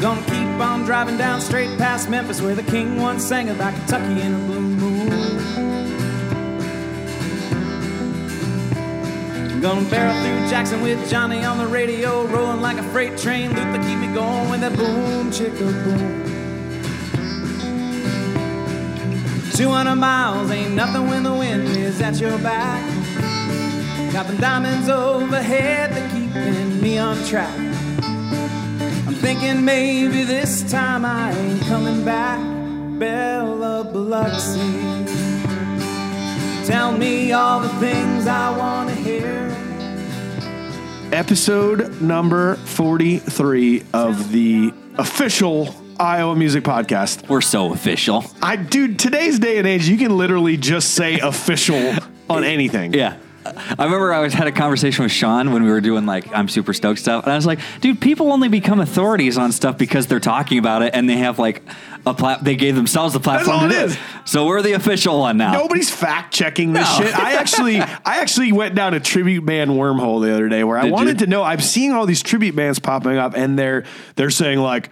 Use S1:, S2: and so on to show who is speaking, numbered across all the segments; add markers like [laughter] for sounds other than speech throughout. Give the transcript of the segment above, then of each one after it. S1: Gonna keep on driving down straight past Memphis where the king once sang about Kentucky in a blue moon. Gonna barrel through Jackson with Johnny on the radio, rolling like a freight train. Luther keep me going with that boom, chicka boom. 200 miles ain't nothing when the wind is at your back. Got the diamonds overhead that keeping me on track. I'm thinking maybe this time I ain't coming back. Bella Biloxi. Tell me all the things I want to hear.
S2: Episode number 43 of the official Iowa Music Podcast.
S3: We're so official.
S2: I dude, today's day and age, you can literally just say official on anything.
S3: Yeah. I remember I was had a conversation with Sean when we were doing like I'm super stoked stuff, and I was like, dude, people only become authorities on stuff because they're talking about it and they have like a plat. They gave themselves the platform.
S2: all
S3: to
S2: it
S3: do
S2: is.
S3: So we're the official one now.
S2: Nobody's fact checking this
S3: No.
S2: shit. I actually, I actually went down a tribute band wormhole the other day where I
S3: Did
S2: wanted to
S3: you?
S2: know. I'm seeing all these tribute bands popping up, and they're they're saying like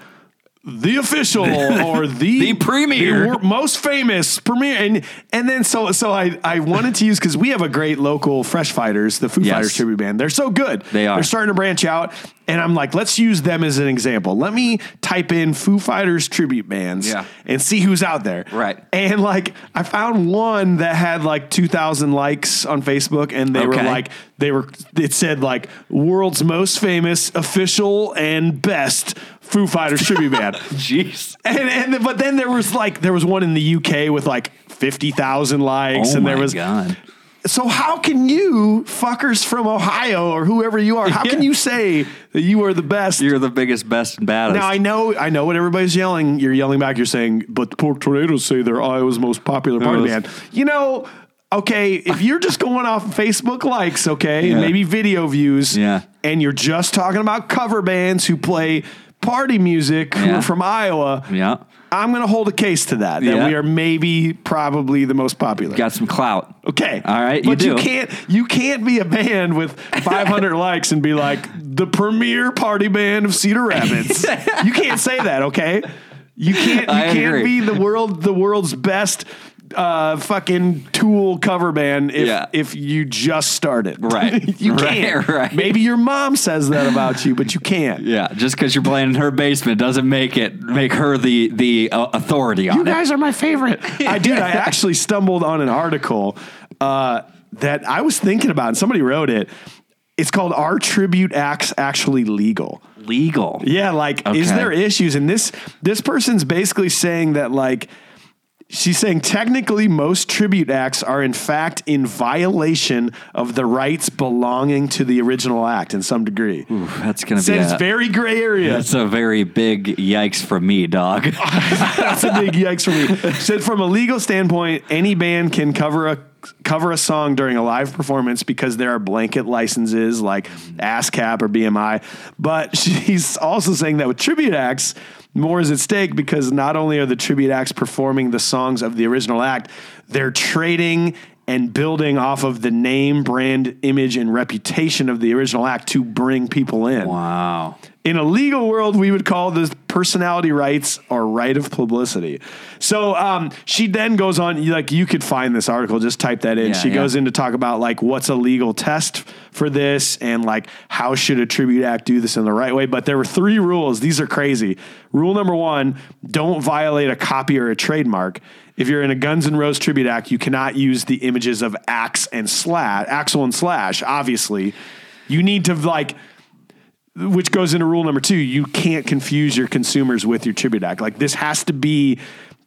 S2: the
S3: [laughs]
S2: official or the
S3: The premier.
S2: the wor- most famous premiere, and and then so so I I wanted to use because we have a great local Fresh Fighters, the Foo
S3: Yes.
S2: Fighters tribute band. They're so good.
S3: They are.
S2: They're starting to branch out. And I'm like, let's use them as an example. Let me type in Foo Fighters tribute bands
S3: Yeah.
S2: and see who's out there.
S3: Right.
S2: And like I found one that had like 2000 likes on Facebook and they were
S3: Okay.
S2: like they were it said like world's most famous official and best Foo
S3: [laughs]
S2: Fighters tribute band.
S3: Jeez.
S2: And and but then there was like there was one in the UK with like 50,000 likes
S3: Oh
S2: and there
S3: my
S2: was
S3: God.
S2: so how can you fuckers from Ohio or whoever you are, how can
S3: Yeah.
S2: you say that you are the best?
S3: You're the biggest, best, and baddest.
S2: Now I know I know what everybody's yelling. You're yelling back. You're saying, "But the poor tornadoes say they're Iowa's most popular party
S3: Yes.
S2: band." You know, okay, if you're just going off Facebook likes, okay, and
S3: Yeah.
S2: maybe video views,
S3: Yeah.
S2: and you're just talking about cover bands who play party music who
S3: Yeah.
S2: are from Iowa,
S3: yeah.
S2: I'm going to hold a case to that. That
S3: Yeah.
S2: we are maybe probably the most popular.
S3: Got some clout.
S2: Okay.
S3: All right, you
S2: But you,
S3: do.
S2: can't you can't be a band with
S3: [laughs]
S2: 500 likes and be like the premier party band of Cedar
S3: [laughs]
S2: Rapids. you can't say that, okay? You can't you
S3: I
S2: can't be
S3: agree.
S2: the world the world's best uh fucking tool cover band if
S3: Yeah.
S2: if you just started. [laughs]
S3: Right.
S2: you
S3: [laughs] Right,
S2: can't.
S3: right.
S2: Maybe your mom says that about you, but you can't.
S3: Yeah. Just because you're playing in her basement doesn't make it make her the the uh, authority on
S2: You
S3: it.
S2: guys are my favorite. [laughs] I did. I actually stumbled on an article uh, that I was thinking about, and somebody wrote it. It's called "Are Tribute Acts Actually Legal?"
S3: Legal.
S2: Yeah, like is
S3: Okay.
S2: there issues? And this this person's basically saying that like she's saying technically most tribute acts are in fact in violation of the rights belonging to the original act in some degree.
S3: That's gonna
S2: Said
S3: be.
S2: it's
S3: a-
S2: very gray area.
S3: that's a very big yikes from me, dog.
S2: [laughs] That's a big yikes for me. Said from a legal standpoint, any band can cover a cover a song during a live performance because there are blanket licenses like ASCAP or BMI. But [laughs] she's also saying that with tribute acts, more is at stake because not only are the tribute acts performing the songs of the original act, they're trading and building off of the name, brand, image, and reputation of the original act to bring people in.
S3: wow.
S2: In a legal world, we would call this personality rights or right of publicity. So um, she then goes on, you- like you could find this article, just type that in.
S3: Yeah,
S2: she
S3: yeah.
S2: goes in to talk about like what's a legal test for this and like how should a tribute act do this in the right way. But there were three rules. These are crazy. Rule number one: don't violate a copy or a trademark. If you're in a Guns N' Roses tribute act, you cannot use the images of Axe and Slash, Axel and Slash. Obviously, you need to like which goes into rule number two you can't confuse your consumers with your tribute act like this has to be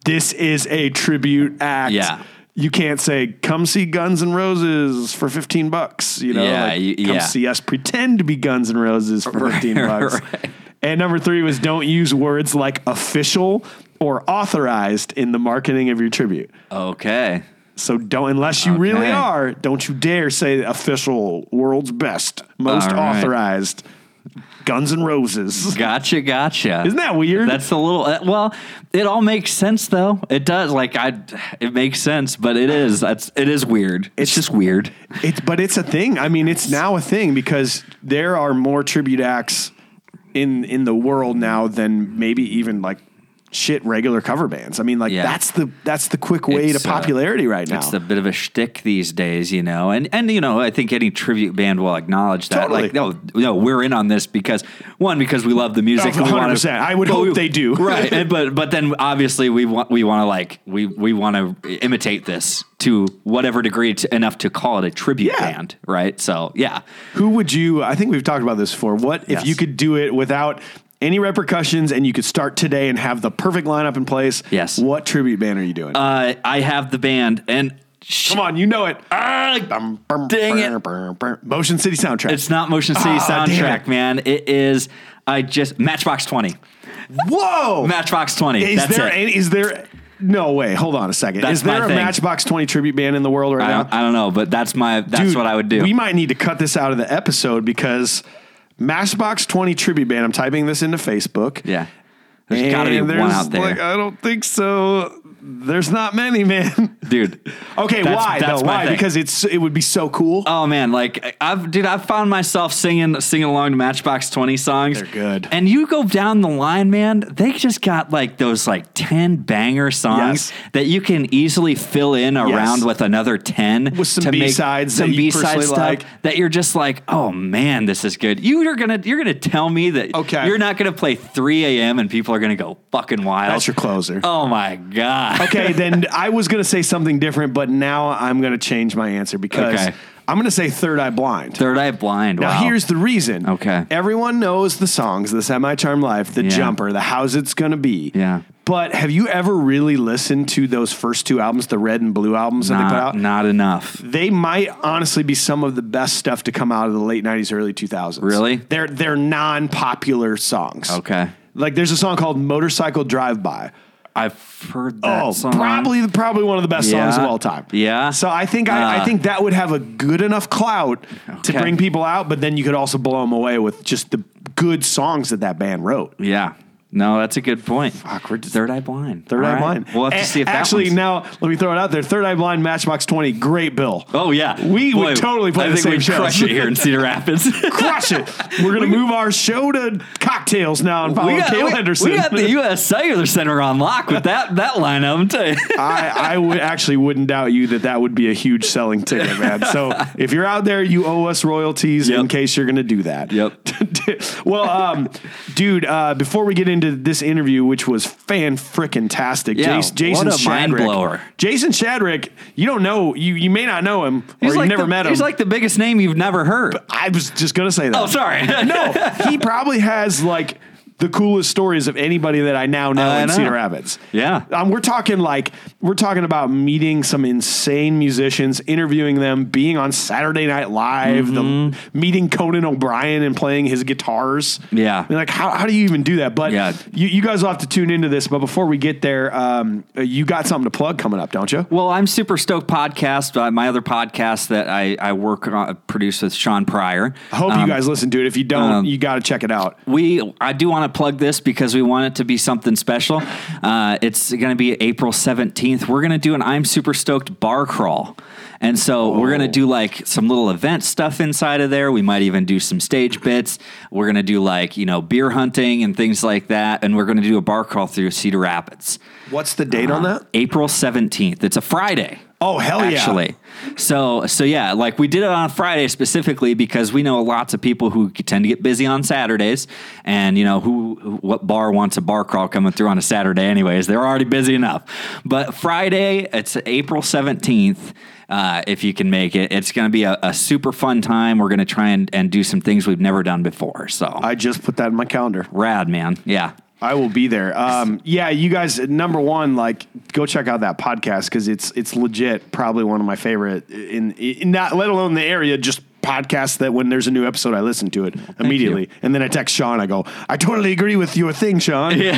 S2: this is a tribute act
S3: Yeah.
S2: you can't say come see guns and roses for 15 bucks you know
S3: Yeah,
S2: like,
S3: y-
S2: come
S3: yeah.
S2: see us pretend to be guns and roses
S3: [laughs]
S2: for 15 bucks
S3: right.
S2: and number three was don't use words like official or authorized in the marketing of your tribute
S3: Okay.
S2: so don't unless you really
S3: Okay.
S2: are don't you dare say official world's best most
S3: All right.
S2: authorized guns and roses
S3: Gotcha, gotcha.
S2: Isn't that weird?
S3: That's a little. uh, Well, it all makes sense though. It does. Like I, it makes sense, but it is. That's it is weird. It's, just weird.
S2: it's but it's a thing. I mean, it's now a thing because there are more tribute acts in in the world now than maybe even like shit regular cover bands. I mean, like
S3: Yeah.
S2: that's the that's the quick way
S3: It's,
S2: to
S3: uh,
S2: popularity right now.
S3: It's a bit of a shtick these days, you know, and and you know, I think any tribute band will acknowledge that.
S2: Totally.
S3: Like, no, no, we're in on this because one, because we love the music.
S2: Oh,
S3: and we wanna-
S2: 100%. I would
S3: but
S2: hope they do.
S3: [laughs]
S2: [laughs]
S3: right? and- but but then obviously we want we want to like we we want to imitate this to whatever degree to, enough to call it a tribute
S2: Yeah.
S3: band, right? So yeah,
S2: Who would you? I think we've talked about this before. What if
S3: Yes.
S2: you could do it without any repercussions and you could start today and have the perfect lineup in place?
S3: Yes.
S2: What tribute band are you doing?
S3: uh, I have the band and. sh-
S2: Come on, you know it.
S3: Ah,
S2: Bum, bum,
S3: dang it.
S2: brr, brr, brr. Motion City soundtrack.
S3: It's not Motion City
S2: Ah, damn
S3: soundtrack,
S2: it.
S3: man. It is. I just Matchbox Twenty.
S2: Whoa.
S3: Matchbox Twenty.
S2: is
S3: That's
S2: there?
S3: it.
S2: any- Is there? No way. Hold on a second.
S3: That's
S2: is there
S3: my
S2: a
S3: thing.
S2: Matchbox Twenty tribute band in the world right
S3: I
S2: now?
S3: don't, I don't know, but that's my that's
S2: Dude,
S3: what I would do.
S2: We might need to cut this out of the episode because Matchbox Twenty tribute band. I'm typing this into Facebook.
S3: yeah, there's got to be
S2: And
S3: one
S2: there's,
S3: out there,
S2: Like, I don't think so. There's not many, man.
S3: dude.
S2: [laughs] Okay,
S3: That's-
S2: why
S3: that's
S2: though?
S3: my
S2: Why?
S3: thing.
S2: Because it's it would be so cool.
S3: Oh man, like I've dude, I've found myself singing singing along to Matchbox Twenty songs.
S2: They're good.
S3: And you go down the line, man. They just got like those like ten banger songs
S2: Yes.
S3: that you can easily fill in around with another ten
S2: With some
S3: to make
S2: B-sides that
S3: some
S2: you
S3: B-side
S2: personally
S3: stuff
S2: like.
S3: that you're just like, oh man, this is good. You are gonna you're gonna tell me that
S2: Okay.
S3: you're not gonna play three a.m. and people are gonna go fucking wild.
S2: That's your closer.
S3: Oh my god.
S2: okay, then I was gonna say something different, but now I'm gonna change my answer because
S3: Okay.
S2: I'm gonna say Third Eye Blind.
S3: Third Eye Blind.
S2: Now
S3: wow.
S2: here's the reason.
S3: Okay.
S2: Everyone knows the songs, the semi charm life, the
S3: Yeah.
S2: jumper, the how's it's gonna be.
S3: Yeah.
S2: But have you ever really listened to those first two albums, the red and blue albums that they put
S3: not,
S2: out?
S3: not enough.
S2: They might honestly be some of the best stuff to come out of the late '90s, early 2000s.
S3: Really?
S2: They're they're non-popular songs.
S3: Okay.
S2: Like there's a song called "Motorcycle Drive By."
S3: I've heard that
S2: Oh,
S3: song.
S2: probably probably one of the best songs
S3: Yeah.
S2: of all time.
S3: Yeah.
S2: So I think I, I
S3: Uh.
S2: think that would have a good enough clout to
S3: Okay.
S2: bring people out, but then you could also blow them away with just the good songs that that band wrote.
S3: Yeah. No, that's a good point.
S2: we're just-
S3: Third Eye Blind.
S2: Third
S3: All
S2: Eye
S3: right.
S2: Blind.
S3: We'll have to
S2: A-
S3: see if
S2: actually
S3: that one's-
S2: now let me throw it out there. Third Eye Blind, Matchbox Twenty, great bill.
S3: Oh yeah,
S2: we would totally play
S3: I
S2: the
S3: think
S2: same
S3: we'd
S2: shows.
S3: Crush it here in
S2: [laughs]
S3: Cedar Rapids.
S2: Crush it! We're gonna move our show to cocktails now and follow Cale Henderson.
S3: we got the U.S. Cellular Center on lock with that that lineup. I'm telling you.
S2: [laughs] I, I would actually wouldn't doubt you that that would be a huge selling ticket, man. So if you're out there, you owe us royalties in
S3: Yep.
S2: case you're going to do
S3: [laughs]
S2: that. [laughs]
S3: Yep.
S2: well, um, dude, uh, before we get into this interview, which was fan frickin' tastic,
S3: Yeah,
S2: Jason, Jason
S3: what a mind
S2: Shadrick-
S3: blower.
S2: Jason Shadrick, you don't know, you you may not know him or you've
S3: like
S2: never
S3: the,
S2: met him.
S3: He's like the biggest name you've never heard.
S2: I was just gonna say that.
S3: oh, sorry.
S2: [laughs] no, he probably has like the coolest stories of anybody that I now know
S3: I
S2: in
S3: know.
S2: Cedar Rapids.
S3: Yeah.
S2: Um, we're talking like we're talking about meeting some insane musicians, interviewing them, being on Saturday Night Live,
S3: Mm-hmm.
S2: the meeting Conan O'Brien and playing his guitars.
S3: Yeah.
S2: I mean, like how, how do you even do that? But
S3: Yeah.
S2: you, you guys will have to tune into this. But before we get there, um, you got something to plug coming up, don't you?
S3: [laughs] Well, I'm Super Stoked Podcast, uh, my other podcast that I, I work on, produce with Sean Pryor. Um,
S2: I hope you guys listen to it. If you don't, you got to check it out.
S3: we I do want to plug this because we want it to be something special. Uh, it's going to be April seventeenth. We're going to do an I'm super stoked bar crawl, and so we're going to do like some little event stuff inside of there. We might even do some stage bits. We're going to do like you know beer hunting and things like that, and we're going to do a bar crawl through Cedar Rapids. Uh,
S2: What's the date on that?
S3: April seventeenth. It's a Friday
S2: Oh hell yeah!
S3: actually. So so yeah, like we did it on Friday specifically because we know lots of people who tend to get busy on Saturdays, and you know who, who what bar wants a bar crawl coming through on a Saturday anyways? They're already busy enough. But Friday, it's April seventeenth. Uh, if you can make it, it's going to be a, a super fun time. We're going to try and, and do some things we've never done before. So
S2: I just put that in my calendar.
S3: rad, man. Yeah.
S2: I will be there. Um, yeah, you guys. Number one, like, go check out that podcast because it's it's legit. Probably one of my favorite in, in not let alone the area. Just podcasts that when there's a new episode, I listen to it immediately, and then I text Sean. I go, I totally agree with your thing, Sean. [laughs] but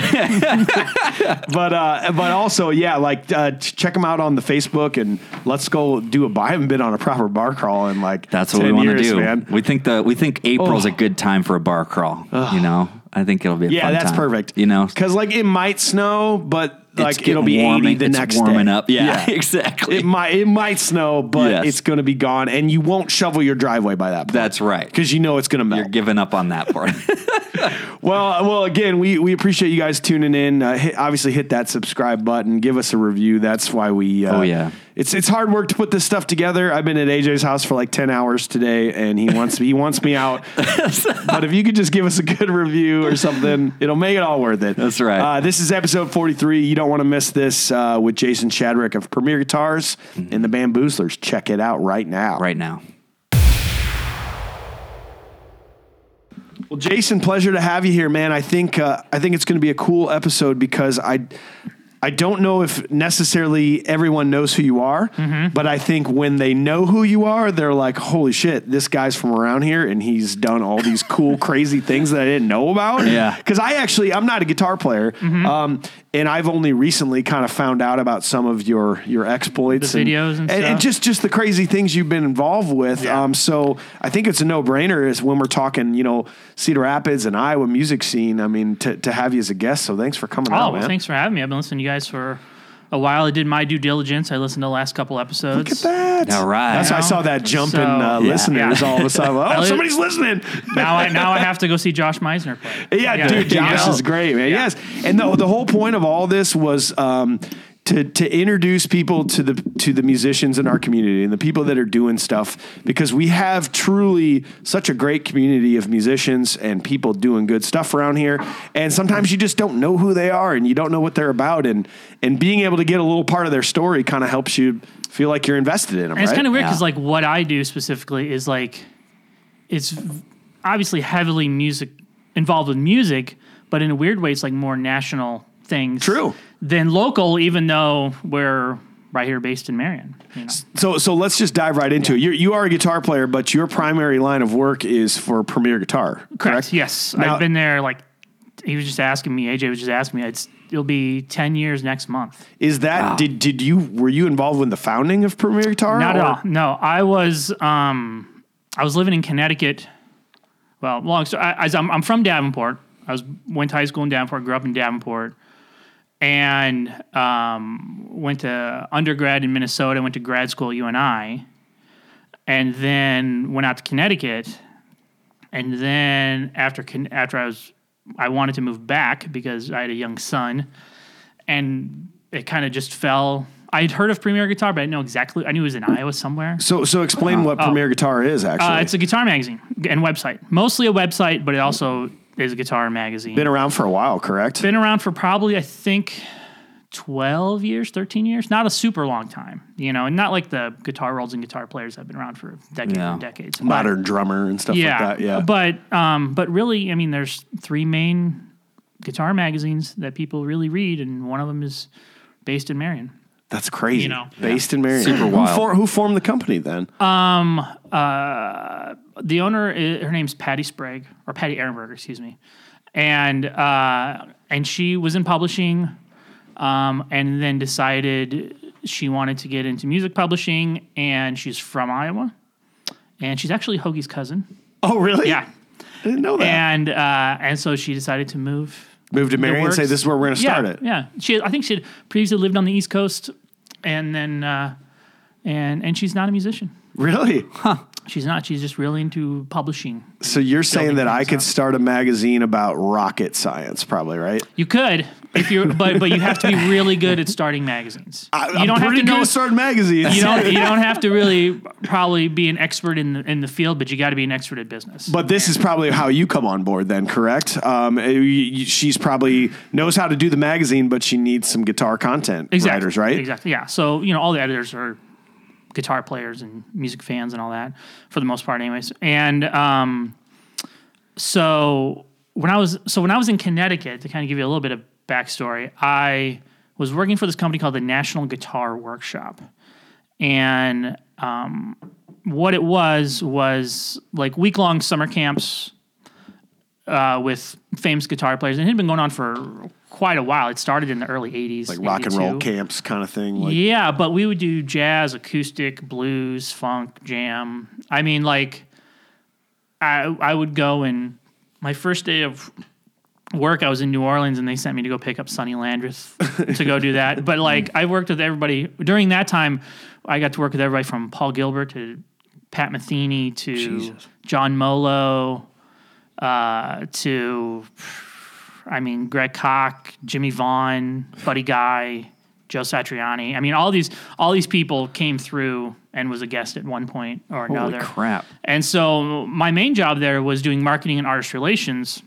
S2: uh, but also, yeah, like uh, ch- check them out on the Facebook and let's go do a buy and bid on a proper bar crawl and like
S3: That's what
S2: 10
S3: we want to
S2: years,
S3: do.
S2: man.
S3: We think the we think April's
S2: Oh.
S3: a good time for a bar crawl. You know, I think it'll be a
S2: Yeah,
S3: fun
S2: that's
S3: time,
S2: perfect.
S3: You know,
S2: because like it might snow, but like
S3: getting
S2: it'll be eighty
S3: warming-
S2: the
S3: it's
S2: next
S3: warming
S2: day.
S3: up. Yeah, [laughs] exactly.
S2: It might it might snow, but
S3: Yes.
S2: it's going to be gone, and you won't shovel your driveway by that. point.
S3: That's right.
S2: because you know it's going to melt.
S3: You're giving up on that part. [laughs]
S2: well, uh, well, again, we, we appreciate you guys tuning in. Uh, hit, obviously, hit that subscribe button. Give us a review. That's why we. Uh,
S3: Oh, yeah.
S2: It's it's hard work to put this stuff together. I've been at AJ's house for like ten hours today, and he wants he wants me
S3: [laughs]
S2: out. but if you could just give us a good review or something, it'll make it all worth it.
S3: That's right.
S2: Uh, this is episode forty three. You don't want to miss this uh, with Jason Chadrick of Premier Guitars and the
S3: Mm-hmm.
S2: Band Boozlers. Check it out right now.
S3: right now.
S2: Well, Jason, pleasure to have you here, man. I think uh, I think it's going to be a cool episode because I I don't know if necessarily everyone knows who you are,
S4: Mm-hmm.
S2: but I think when they know who you are, they're like, "Holy shit, this guy's from around here, and he's done all these
S4: [laughs]
S2: cool, crazy things that I didn't know about."
S3: Yeah.
S2: because I actually I'm not a guitar player,
S4: Mm-hmm.
S2: um, and I've only recently kind of found out about some of your your exploits,
S4: The videos and
S2: and,
S4: stuff.
S2: just just just the crazy things you've been involved with.
S4: Yeah.
S2: Um, so I think it's a no brainer is when we're talking, you know, Cedar Rapids and Iowa music scene. I mean, to, to have you as a guest. So thanks for coming
S4: Oh,
S2: out,
S4: well,
S2: man.
S4: thanks for having me. I've been listening to you guys for a while. I did my due diligence. I listened to the last couple episodes.
S2: Look at that.
S3: All right.
S2: That's why I
S4: You know?
S2: saw that jump in
S4: So-
S2: uh,
S4: Yeah.
S2: listeners
S4: Yeah.
S2: all of a
S4: [laughs]
S2: sudden. Oh,
S4: li-
S2: somebody's listening.
S4: Now I now I have to go see Josh Meisner play.
S2: [laughs] Yeah, dude,
S4: you
S2: Josh
S4: know?
S2: is great, man. Yes, and the the whole point of all this was um, to to introduce people to the to the musicians in our community and the people that are doing stuff because we have truly such a great community of musicians and people doing good stuff around here. And sometimes you just don't know who they are and you don't know what they're about, and and being able to get a little part of their story kind of helps you feel like you're invested in them.
S4: And it's
S2: right?
S4: kind of weird because
S3: Yeah.
S4: like what I do specifically is like it's v- obviously heavily music involved with music, but in a weird way, it's like more national things.
S2: True.
S4: Than local, even though we're right here based in Marion. You know?
S2: So so let's just dive right into it. You you are a guitar player, but your primary line of work is for Premier Guitar, correct?
S4: Yes,
S2: Now-
S4: I've been there. Like he was just asking me. AJ was just asking me. It's it'll be ten years next month.
S2: Is that did did you were you involved in the founding of Premier Guitar?
S4: Not at
S2: or-
S4: all. No, I was um, I was living in Connecticut. Well, long story. I, I, I'm, I'm from Davenport. I was went to high school in Davenport. Grew up in Davenport, and um, went to undergrad in Minnesota. Went to grad school at UNI, and then went out to Connecticut. And then after Con- after I was, I wanted to move back because I had a young son and it kind of just fell. I'd heard of Premier Guitar, but I didn't know exactly. I knew it was in Iowa somewhere.
S2: So so explain what Premier Guitar is actually.
S4: Uh-huh. Oh. Uh, it's a guitar magazine and website, mostly a website, but it also is a guitar magazine.
S2: been around for a while, correct?
S4: Been around for probably I think twelve years, thirteen years. Not a super long time, you know, and not like the guitar rolls and guitar players have been around for decades
S3: Yeah.
S4: and decades. But-
S2: Modern drummer and stuff
S4: yeah,
S2: like that. Yeah.
S4: But um, but really, I mean, there's three main guitar magazines that people really read, and one of them is based in Marion.
S2: That's crazy.
S4: You know. Uh,
S2: Based in Marion.
S3: Super
S2: who,
S3: wild.
S2: for- who formed the company then?
S4: the owner i- her name's patty sprague or patty ehrenberger excuse me and uh, and she was in publishing um, and then decided she wanted to get into music publishing and she's from iowa and she's actually hoagie's cousin
S2: oh really?
S4: yeah
S2: I didn't know that.
S4: and uh, and so she decided to move
S2: Moved to
S4: the
S2: Marion and say
S4: works-
S2: this is where we're gonna
S4: Yeah,
S2: start it.
S4: yeah she i think she had previously lived on the east coast and then uh, and and she's not a musician [laughs]
S2: Really?
S4: she's not she's just really into publishing
S2: So you're saying that I
S4: things
S2: could
S4: up.
S2: start a magazine about rocket science, probably, right?
S4: You could
S2: [laughs]
S4: if you're, but but you have to be really good at starting magazines.
S2: I,
S4: you
S2: I'm
S4: don't have
S2: pretty
S4: to
S2: good
S4: know.
S2: at starting magazines. [laughs]
S4: You don't you don't have to really probably be an expert in the, in the field, but you got to be an expert at business.
S2: But this is probably how you come on board, then, correct? Um, y- y- she's probably knows how to do the magazine, but she needs some guitar content
S4: exactly,
S2: writers, right?
S4: Exactly. Yeah. So you know, all the editors are guitar players and music fans and all that for the most part, anyways. And um, so when I was so when I was in Connecticut, to kind of give you a little bit of backstory, I was working for this company called the National Guitar Workshop, and um, what it was was like week long summer camps uh, with famous guitar players, and it had been going on for quite a while. It started in the early '80s,
S2: Like rock and roll
S4: 82.
S2: camps kind of thing. Like,
S4: Yeah, but we would do jazz, acoustic, blues, funk, jam. I mean, like, I I would go and my first day of work, I was in New Orleans, and they sent me to go pick up Sonny Landreth to go do that. But like, I worked with everybody during that time. I got to work with everybody from Paul Gilbert to Pat Metheny to John Molo. uh, to, I mean, Greg Koch, Jimmy Vaughn, Buddy Guy, Joe Satriani. I mean, all these all these people came through and was a guest at one point or
S3: Holy
S4: another.
S3: crap.
S4: And so my main job there was doing marketing and artist relations.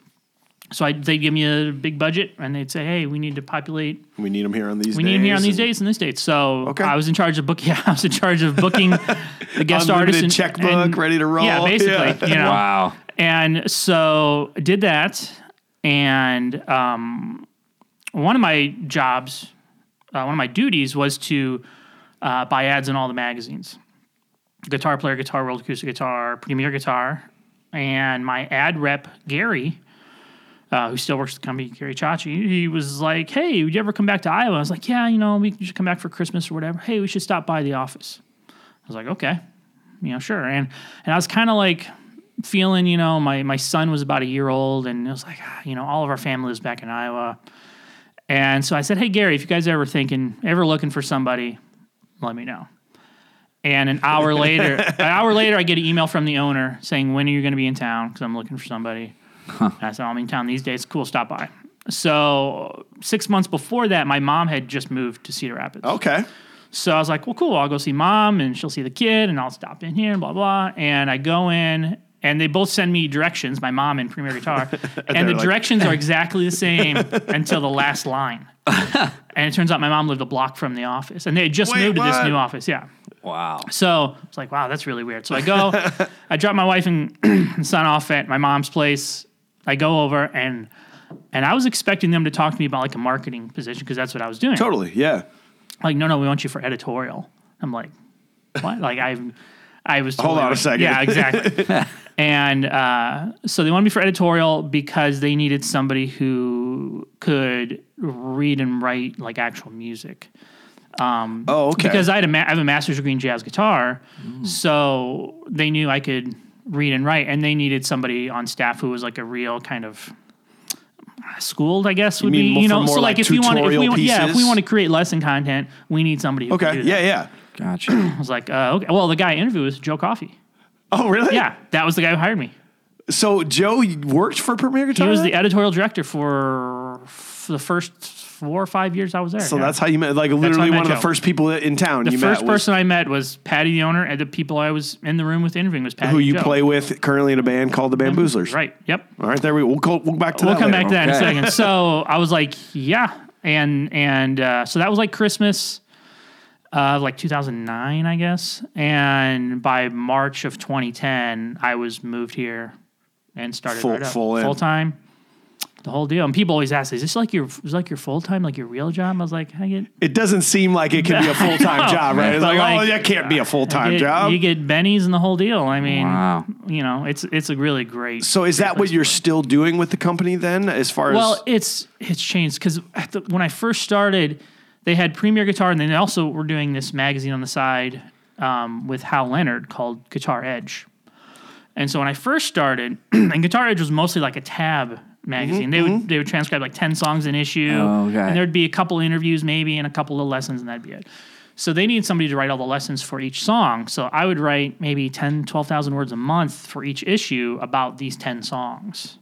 S4: So I, they'd give me a big budget and they'd say, hey, we need to populate
S2: We need them here on these.
S4: we need him here on these
S2: and
S4: dates and this date. So
S2: Okay.
S4: I was in charge of book. [laughs] Yeah, I was in charge of booking
S2: [laughs]
S4: the guest artist
S2: Unlimited
S4: and,
S2: checkbook,
S4: and-
S2: ready to roll.
S4: Yeah, basically.
S2: Yeah.
S4: You know.
S3: Wow.
S4: And so did that, and um, one of my jobs, uh, one of my duties was to uh, buy ads in all the magazines: Guitar Player, Guitar World, Acoustic Guitar, Premier Guitar, and my ad rep Gary. Uh, who still works at the company, Gary Chachi, he was like, Hey, would you ever come back to Iowa? I was like, Yeah, you know, we should come back for Christmas or whatever. Hey, we should stop by the office. I was like, Okay, you know, sure. And and I was kind of like, feeling, you know, my, my son was about a year old and it was like, ah, you know, all of our family lives back in Iowa. And so I said, Hey Gary, if you guys ever thinking, ever looking for somebody, let me know. And an hour later, an hour later, I get an email from the owner saying, "When are you going to be in town? Because I'm looking for somebody." And I said, "I'm in town these days. Cool, stop by." So six months before that, my mom had just moved to Cedar Rapids.
S2: Okay.
S4: So I was like, well, cool. I'll go see mom and she'll see the kid and I'll stop in here and blah, blah. And I go in and they both send me directions, my mom and
S2: [laughs]
S4: Premier Guitar. and the
S2: like- [laughs]
S4: directions are exactly the same until the last line. and it turns out my mom lived a block from the office and they had just
S2: Wait,
S4: moved to this
S2: what?
S4: new office. Yeah.
S3: Wow.
S4: So it's like, wow, that's really weird. So
S2: [laughs]
S4: I go, I drop my wife and [clears throat] son off at my mom's place. I go over and and I was expecting them to talk to me about like a marketing position because that's what I was doing
S2: Totally. Yeah.
S4: like, no, no, we want you for editorial. I'm like, what? like I, I was.
S2: Hold
S4: totally-
S2: on a second.
S4: Yeah, exactly.
S2: [laughs]
S4: and uh, so they wanted me for editorial because they needed somebody who could read and write like actual music.
S2: Oh, okay. Mm.
S4: Because I had a ma- I have a master's degree in jazz guitar, so they knew I could read and write, and they needed somebody on staff who was like a real kind of schooled, I guess would
S2: mean
S4: be
S2: more-
S4: you know.
S2: for more
S4: so
S2: like
S4: if we want, if
S2: tutorial
S4: we want, yeah, if we
S2: pieces?
S4: want to create lesson content, we need somebody. Who Can
S2: okay.
S4: do that.
S2: Yeah. Yeah.
S3: Gotcha.
S4: [clears throat] I was like, uh, okay. Well, the guy I interviewed was Joe Coffey.
S2: Oh, really?
S4: Yeah, that was the guy who hired me.
S2: So Joe worked for Premier
S4: He
S2: Guitar.
S4: was the editorial director for f- the first four or five years I was there.
S2: so
S4: yeah.
S2: that's how you met. Like literally
S4: I met
S2: one of the
S4: Joe.
S2: first people in town.
S4: the
S2: you
S4: first
S2: met was
S4: person I met was Patty, the owner, and the people I was in the room with interviewing was Patty.
S2: who
S4: and
S2: you
S4: Joe. Mm-hmm.
S2: play with currently in a band called the Bamboozlers.
S4: Right. Yep.
S2: All right. There we. We'll go. We'll back to
S4: we'll
S2: that.
S4: come
S2: later.
S4: back to that in a
S3: Okay.
S4: second. So
S2: [laughs]
S4: I was like, yeah, and and uh, so that was like Christmas, uh, like 2009, I guess. And by March of 2010, I was moved here and started
S2: Full-
S4: right up.
S2: full in.
S4: full time. The whole deal, and people always ask, "Is this like your, is this like your full time, like your real job?" I was like, "I get,
S2: It doesn't seem like it
S4: [laughs]
S2: can be a full time job, right? It's
S4: But
S2: like, oh,
S4: like,
S2: that can't be a full time
S4: get-
S2: job.
S4: you get bennies and the whole deal." I mean,
S3: Wow.
S4: you know, it's it's a really great.
S2: so is that what you're still doing with the company then, as far
S4: Well,
S2: as?
S4: it's it's changed because when I first started, they had Premier Guitar, and then they also were doing this magazine on the side um, with Hal Leonard called Guitar Edge. And so when I first started, [clears throat] and Guitar Edge was mostly like a tab magazine. They would they would transcribe like ten songs an issue,
S3: Mm-hmm, Oh, okay.
S4: and there'd be a couple interviews maybe and a couple of lessons, and that'd be it. So they needed somebody to write all the lessons for each song. So I would write maybe 10, 12,000 words a month for each issue about these 10 songs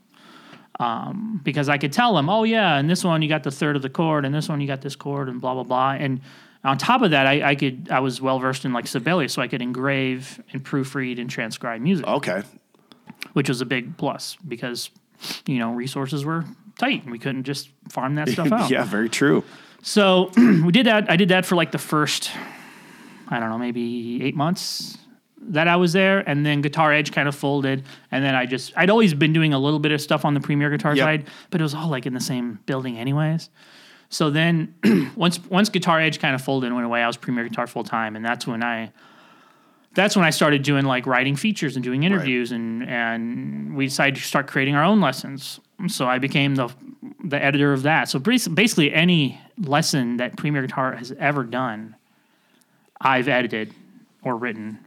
S4: because I could tell them, oh yeah, and this one you got the third of the chord, and this one you got this chord, and blah blah blah. And on top of that, I, I could I was well versed in like Sibelius, so I could engrave and proofread and transcribe music,
S2: okay.
S4: which was a big plus because you know resources were tight and we couldn't just farm that stuff out.
S2: Yeah, very true.
S4: So [clears throat] we did that. I did that for like the first, I don't know, maybe eight months that I was there, and then Guitar Edge kind of folded, and then I just I'd always been doing a little bit of stuff on the Premier Guitar
S2: Yep.
S4: side, but it was all like in the same building anyways. So then [clears throat] once once Guitar Edge kind of folded and went away, I was Premier Guitar full time, and that's when I that's when I started doing like writing features and doing interviews, and and we decided to start creating our own lessons. So I became the the editor of that. So bas- basically, any lesson that Premier Guitar has ever done, I've edited or written.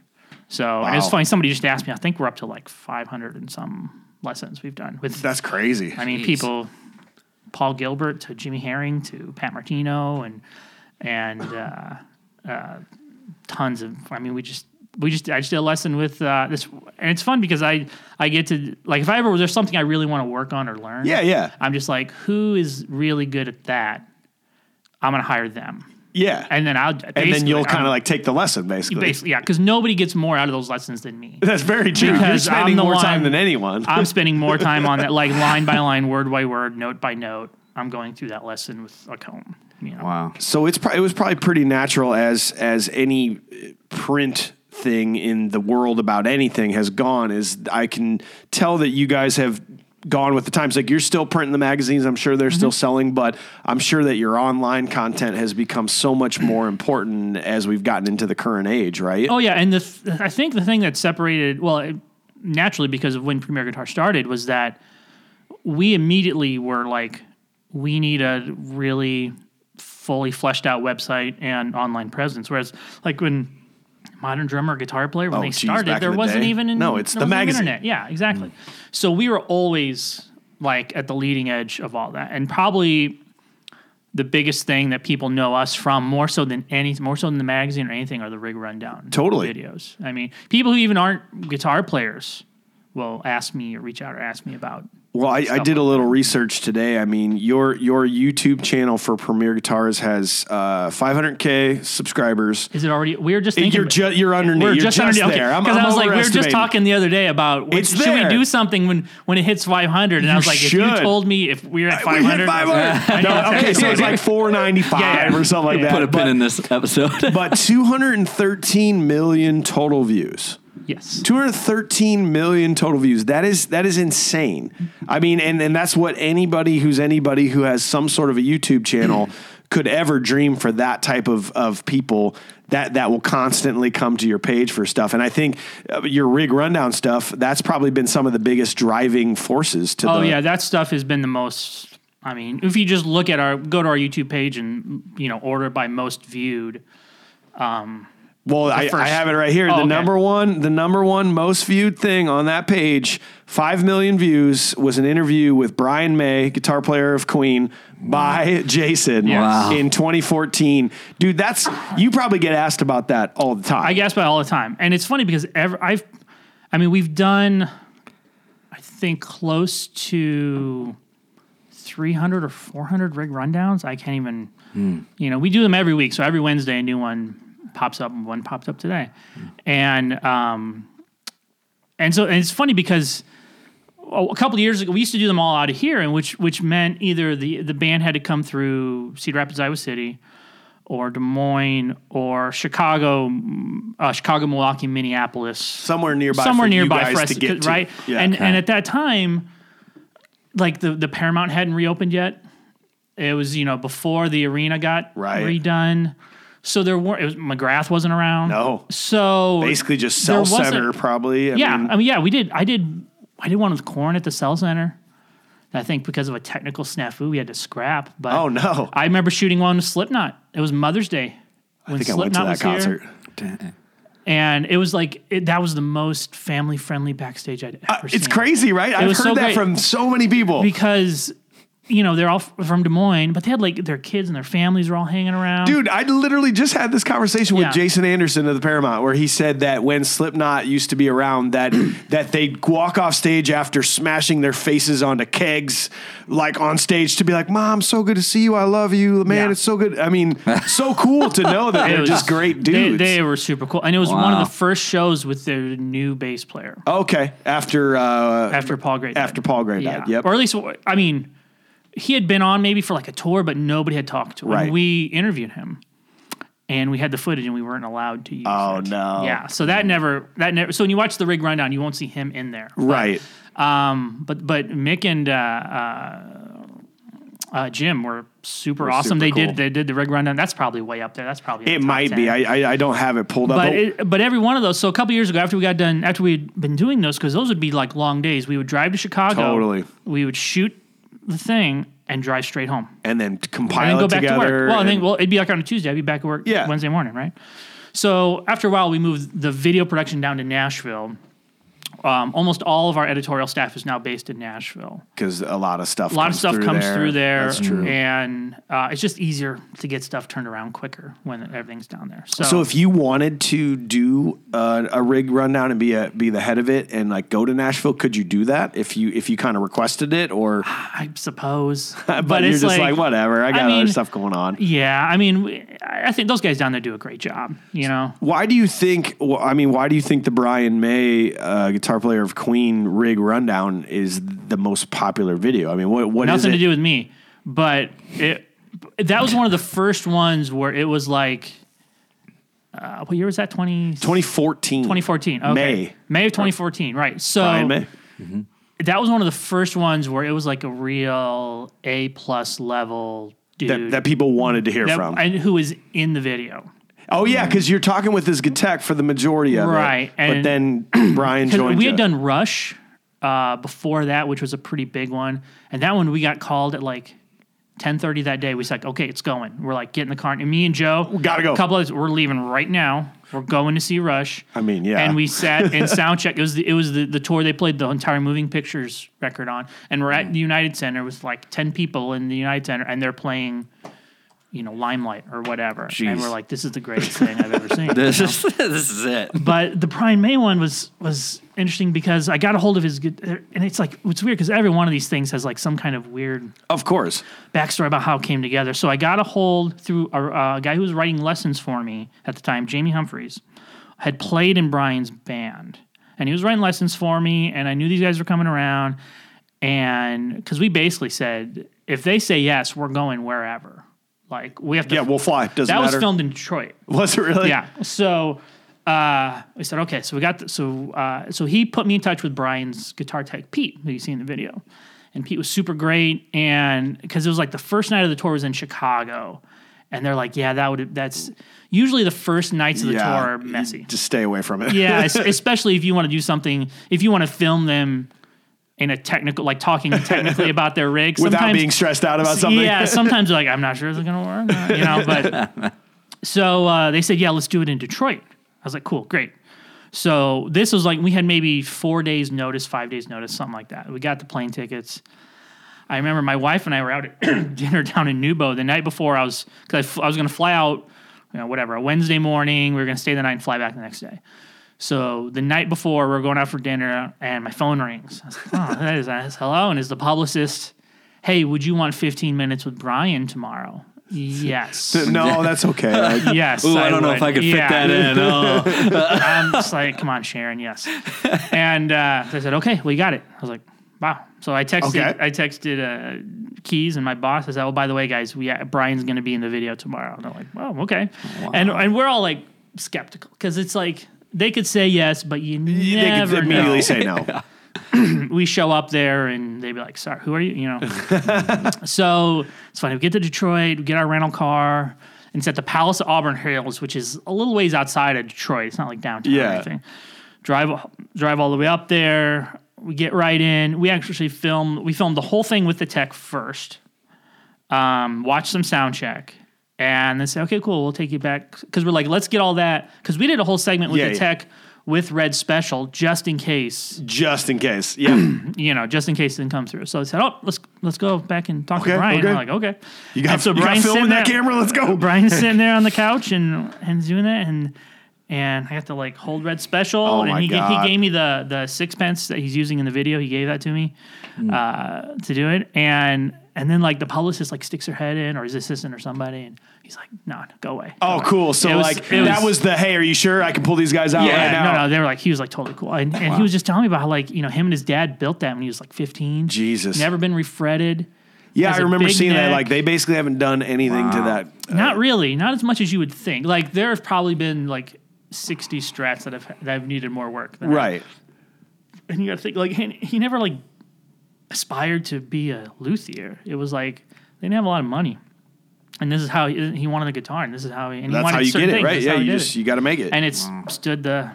S4: So and it's
S2: Wow.
S4: funny. Somebody just asked me. I think we're up to like 500 and some lessons we've done with
S2: That's crazy.
S4: I mean, people, Paul Gilbert to Jimmy Herring to Pat Martino and and uh, uh, tons of. I mean, we just we just I just did a lesson with uh, this, and it's fun because I I get to like if I ever there's something I really want to work on or learn.
S2: Yeah, yeah.
S4: I'm just like, who is really good at that? I'm gonna hire them,
S2: Yeah. And,
S4: and then I'll
S2: then
S4: basically,
S2: you'll
S4: I'm-
S2: kind of like take the lesson basically.
S4: basically yeah, because nobody gets more out of those lessons than me.
S2: [laughs] That's very true. You're
S4: Because I'm
S2: spending
S4: the
S2: more time
S4: one-
S2: than anyone. [laughs]
S4: I'm spending more time on that, like line by line, word by word, note by note. I'm going through that lesson with a comb. You know?
S3: Wow.
S2: So it's pro- it was probably pretty natural as as any uh, print thing in the world about anything has gone is I can tell that you guys have gone with the times like you're still printing the magazines I'm sure they're still selling but I'm sure that your online content has become so much more important as we've gotten into the current age right
S4: Oh yeah, and the th- I think the thing that separated well it, naturally because of when Premier Guitar started was that we immediately were like, we need a really fully fleshed out website and online presence. Whereas like when Modern Drummer Guitar Player when
S2: Oh,
S4: they
S2: geez,
S4: started,
S2: back
S4: there
S2: in the
S4: wasn't
S2: day.
S4: even an,
S2: No, it's
S4: there
S2: the
S4: wasn't even
S2: magazine. Mm.
S4: internet. Yeah, exactly. So we were always like at the leading edge of all that, and probably the biggest thing that people know us from more so than any more so than the magazine or anything are the rig rundown
S2: Totally.
S4: videos. I mean, people who even aren't guitar players will ask me or reach out or ask me about.
S2: Well, I, I
S4: stuff
S2: did a
S4: like
S2: little research today. I mean, your your YouTube channel for Premier Guitars has uh, 500k subscribers.
S4: Is it already? We were just thinking.
S2: You're
S4: about-
S2: ju- you're underneath.
S4: we're
S2: you're just,
S4: under- okay,
S2: there. I'm,
S4: 'cause
S2: I'm
S4: I was like, we were just
S2: overestimating.
S4: talking the other day about what-
S2: It's
S4: should
S2: there.
S4: we do something when when it hits 500? And I was like, if
S2: should. Uh,
S4: you told me if we were at
S2: We
S4: 500,
S2: hit
S4: [laughs]
S2: 500. No, okay, so it's like 495
S4: Yeah, yeah.
S2: or something like that.
S3: Put a
S2: but,
S3: pin in this
S2: [laughs]
S3: [laughs] episode.
S2: but 213 million total views.
S4: yes,
S2: 213 million total views. That is that is insane. I mean, and and that's what anybody who's anybody who has some sort of a YouTube channel [clears throat] could ever dream for that type of of people that that will constantly come to your page for stuff. And I think uh, your rig rundown stuff that's probably been some of the biggest driving forces to
S4: Oh
S2: the
S4: yeah, that stuff has been the most. I mean, if you just look at our go to our YouTube page and you know order by most viewed,
S2: Well, I, I
S4: first-
S2: have it right here.
S4: Oh,
S2: the
S4: okay.
S2: number one, the number one most viewed thing on that page, five million views, was an interview with Brian May, guitar player of Queen, by Jason
S3: Wow.
S2: in 2014. Dude, that's you probably get asked about that all the time.
S4: I gasp by all the time. And it's funny because ever I've, I mean, we've done, I think close to. 300 or 400 rig rundowns. I can't even, you know, we do them every week. So every Wednesday, a new one pops up and one popped up today. And, um, and so, and it's funny because a a couple of years ago, we used to do them all out of here, and which which meant either the the band had to come through Cedar Rapids, Iowa City, or Des Moines, or Chicago, mm, uh, Chicago, Milwaukee, Minneapolis,
S2: somewhere nearby,
S4: somewhere
S2: for
S4: nearby
S2: you guys
S4: for us
S2: to get to.
S4: right?
S2: Yeah.
S4: and
S3: Okay.
S4: and at that time, like the the Paramount hadn't reopened yet. It was you know before the arena got
S2: Right.
S4: redone, so there weren't. It was, McGrath wasn't around.
S2: No.
S4: so
S2: basically just
S4: there
S2: self
S4: wasn't-
S2: center, probably. I
S4: yeah,
S2: mean,
S4: I mean, yeah, we did. I did. I did one with corn at the cell center. I think because of a technical snafu, we had to scrap. But
S2: oh no,
S4: I remember shooting one with Slipknot. It was Mother's Day.
S2: I think I went to that concert.
S4: and it was like it, that was the most family friendly backstage I'd ever
S2: Uh,
S4: seen.
S2: It's crazy, right? I've heard
S4: was so
S2: that
S4: great.
S2: from so many people.
S4: because you know they're all f- from Des Moines, but they had like their kids and their families were all hanging around.
S2: Dude, I literally just had this conversation with
S4: Yeah.
S2: Jason Anderson of the Paramount, where he said that when Slipknot used to be around, that [clears throat] that they'd walk off stage after smashing their faces onto kegs, like on stage, to be like, "Mom, so good to see you. I love you, man.
S4: Yeah.
S2: It's so good. I mean, so cool to know that
S4: [laughs] It
S2: they're
S4: was-
S2: just great
S4: they-
S2: dudes."
S4: They, were super cool, and it was one of
S3: Wow.
S4: the first shows with their new bass player
S2: okay, after uh,
S4: after Paul Gray. died.
S2: after Paul Gray died. Yep.
S4: Or at least, I mean, he had been on maybe for like a tour, but nobody had talked to him.
S2: Right.
S4: We interviewed him, and we had the footage, and we weren't allowed to use.
S2: Oh,
S4: it.
S2: no.
S4: Yeah, so that never, that never. So when you watch the rig rundown, you won't see him in there.
S2: right.
S4: Um, but but Mick and uh, uh, uh, Jim were super
S2: super
S4: awesome. They
S2: cool.
S4: did they did the rig rundown. That's probably way up there. That's probably in
S2: It
S4: the top
S2: might be.
S4: 10
S2: I, I I don't have it pulled up.
S4: but
S2: but-
S4: it, but every one of those. So a couple years ago, after we got done, after we'd been doing those, because those would be like long days. We would drive to Chicago.
S2: Totally.
S4: We would shoot the thing and drive straight home,
S2: and then compile
S4: and then go
S2: it
S4: back to
S2: together.
S4: work. Well, and then
S2: and-
S4: well, it'd be like on a Tuesday. I'd be back at work
S2: Yeah.
S4: Wednesday morning, right? So after a while, we moved the video production down to Nashville. um, almost all of our editorial staff is now based in Nashville.
S2: because a lot of stuff
S4: A lot of
S2: comes
S4: stuff
S2: through
S4: comes
S2: there.
S4: through there,
S2: That's true.
S4: and uh, it's just easier to get stuff turned around quicker when everything's down there. So,
S2: So if you wanted to do uh, a rig rundown and be a be the head of it and like go to Nashville, could you do that if you if you kind of requested it or?
S4: I suppose,
S2: [laughs] But, you're just like, whatever. I got
S4: mean,
S2: other stuff going on.
S4: Yeah, I mean, we- I I think those guys down there do a great job. You know,
S2: Why do you think? wh- I mean, why do you think the Brian May uh, guitar player of Queen rig rundown is the most popular video? I mean, what what is
S4: nothing to
S2: it?
S4: do with me, but it that was one of the first ones where it was like, uh, what year was that? 20,
S2: 2014.
S4: 2014. Okay. Oh,
S2: May.
S4: May of 2014. Right. So
S2: Brian May.
S4: that was one of the first ones where it was like a real A plus level dude
S2: That, that people wanted to hear
S4: that-
S2: from.
S4: and who was in the video.
S2: oh yeah, because you're talking with his guitar for the majority of
S4: Right,
S2: it, but
S4: and-
S2: then [clears throat]
S4: [clears throat]
S2: Brian
S4: Because
S2: joined.
S4: we had
S2: ya.
S4: done Rush uh, before that, which was a pretty big one, and that one we got called at like. 10:30 that day, we said, "Okay, it's going." We're like, "Get in the car." And me and Joe, we
S2: gotta go.
S4: A couple of us, we're leaving right now. We're going to see Rush.
S2: I mean, yeah.
S4: And we
S2: [laughs]
S4: sat and sound check. It was the, it was the, the tour they played the entire Moving Pictures record on, and we're
S2: Mm.
S4: at the United Center with like 10 people in the United Center, and they're playing, you know, Limelight or whatever. And
S3: Jeez.
S4: we're like, "This is the greatest thing
S2: [laughs]
S4: I've ever seen."
S3: This is this is it.
S4: but the Brian May one was was interesting because I got a hold of his good, and it's like it's weird because every one of these things has like some kind of weird
S2: of course.
S4: backstory about how it came together. So I got a hold through a, a guy who was writing lessons for me at the time, Jamie Humphreys, had played in Brian's band, and he was writing lessons for me, and I knew these guys were coming around, and because we basically said if they say yes, we're going wherever. Like we have to.
S2: Yeah, we'll fly. Doesn't
S4: that was
S2: matter.
S4: filmed in Detroit.
S2: Was it
S4: [laughs]
S2: really?
S4: Yeah. So uh, we said, okay, so we got the, so uh, so he put me in touch with Brian's guitar tech, Pete, who you see in the video, and Pete was super great, and because it was like the first night of the tour was in Chicago, and they're like, yeah, that would that's usually the first nights of the
S2: Yeah.
S4: tour are messy.
S2: Just stay away from it. [laughs]
S4: [laughs] Yeah, es- especially if you want to do something, if you want to film them in a technical,
S2: [laughs]
S4: like talking technically about their rig,
S2: Without
S4: sometimes-
S2: being stressed out about something. [laughs]
S4: yeah, sometimes you're like, I'm not sure it's going to work, you know. But so uh, they said, yeah, let's do it in Detroit. I was like, cool, great. So this was like we had maybe four days notice, five days notice, something like that. We got the plane tickets. I remember my wife and I were out at [clears throat] dinner down in Nubo the night before. I was because I, fl- I was going to fly out, you know, whatever, a Wednesday morning. We were going to stay the night and fly back the next day. So the night before, we're going out for dinner, and my phone rings. I was like, oh, that is nice. Hello, and is the publicist? Hey, would you want 15 minutes with
S3: [laughs]
S4: Brian tomorrow? Yes.
S2: No, that's okay.
S4: [laughs]
S2: Like,
S4: yes.
S3: Ooh, I, don't know if
S4: would.
S3: I could
S4: Yeah.
S3: fit that in. Oh.
S4: I'm just like, come on, Sharon, yes. And uh, they said, okay, we got it. I was like, wow. So I texted,
S2: Okay.
S4: I texted uh, Keys and my boss. I said, oh, by the way, guys, we Brian's going to be in the video tomorrow. And they're like, oh, okay. And and we're all like skeptical because it's like they could say yes, but you
S2: they could
S4: never
S2: immediately
S4: know.
S2: say
S4: [laughs]
S2: no.
S4: we show up there and they'd be like, sorry, who are you?
S2: [laughs]
S4: You know. so it's funny. We get to Detroit, we get our rental car, and it's at the Palace of Auburn Hills, which is a little ways outside of Detroit. It's not like downtown
S2: Yeah.
S4: or anything. Drive drive all the way up there. We get right in. We actually film. We filmed the whole thing with the tech first. Um, watch some sound check, and then say, okay, cool. We'll take you back because we're like, let's get all that because we did a whole segment with
S2: Yeah,
S4: the
S2: yeah.
S4: tech with Red Special just in case
S2: Just in case. Yeah.
S4: you know, just in case it didn't come through. So I said, "Oh, let's let's go back and talk
S2: Okay,
S4: to Brian."
S2: okay.
S4: I'm like, "Okay."
S2: You got,
S4: And so
S2: you got
S4: Brian's
S2: film in
S4: sitting
S2: that
S4: there-
S2: camera. Let's go.
S4: Brian's
S2: [laughs]
S4: sitting there on the couch and and doing that, and and I have to like hold red special,
S2: Oh
S4: and
S2: my
S4: he, ga-
S2: God.
S4: he gave me the the sixpence that he's using in the video. He gave that to me
S2: Hmm.
S4: uh, to do it, and and then like the publicist like sticks her head in, or his assistant or somebody, and he's like, "No, no, go away."
S2: Oh, cool.
S4: It
S2: So
S4: was-
S2: like
S4: it
S2: that
S4: was-
S2: was the hey, are you sure I can pull these guys out
S3: Yeah,
S2: right now?
S4: no, no, they were like he was like totally cool, and, and he was just telling me about how like you know him and his dad built that when he was like 15.
S2: Jesus.
S4: never been refretted.
S2: yeah,
S4: has
S2: I
S4: a
S2: remember
S4: big
S2: seeing that.
S4: neck.
S2: Like they basically haven't done anything to that.
S4: Not really, not as much as you would think. Like there have probably been like 60 strats that have that have needed more work. Than that.
S2: Right.
S4: And you got to think like he, he never like aspired to be a luthier. It was like they didn't have a lot of money, and this is how he, he wanted a guitar, and this is how he and he
S2: That's
S4: wanted
S2: how you get
S4: certain
S2: it,
S4: things.
S2: right?
S4: That's
S2: Yeah,
S4: how he
S2: you
S4: did
S2: just
S4: it.
S2: you got to make it.
S4: and it's stood the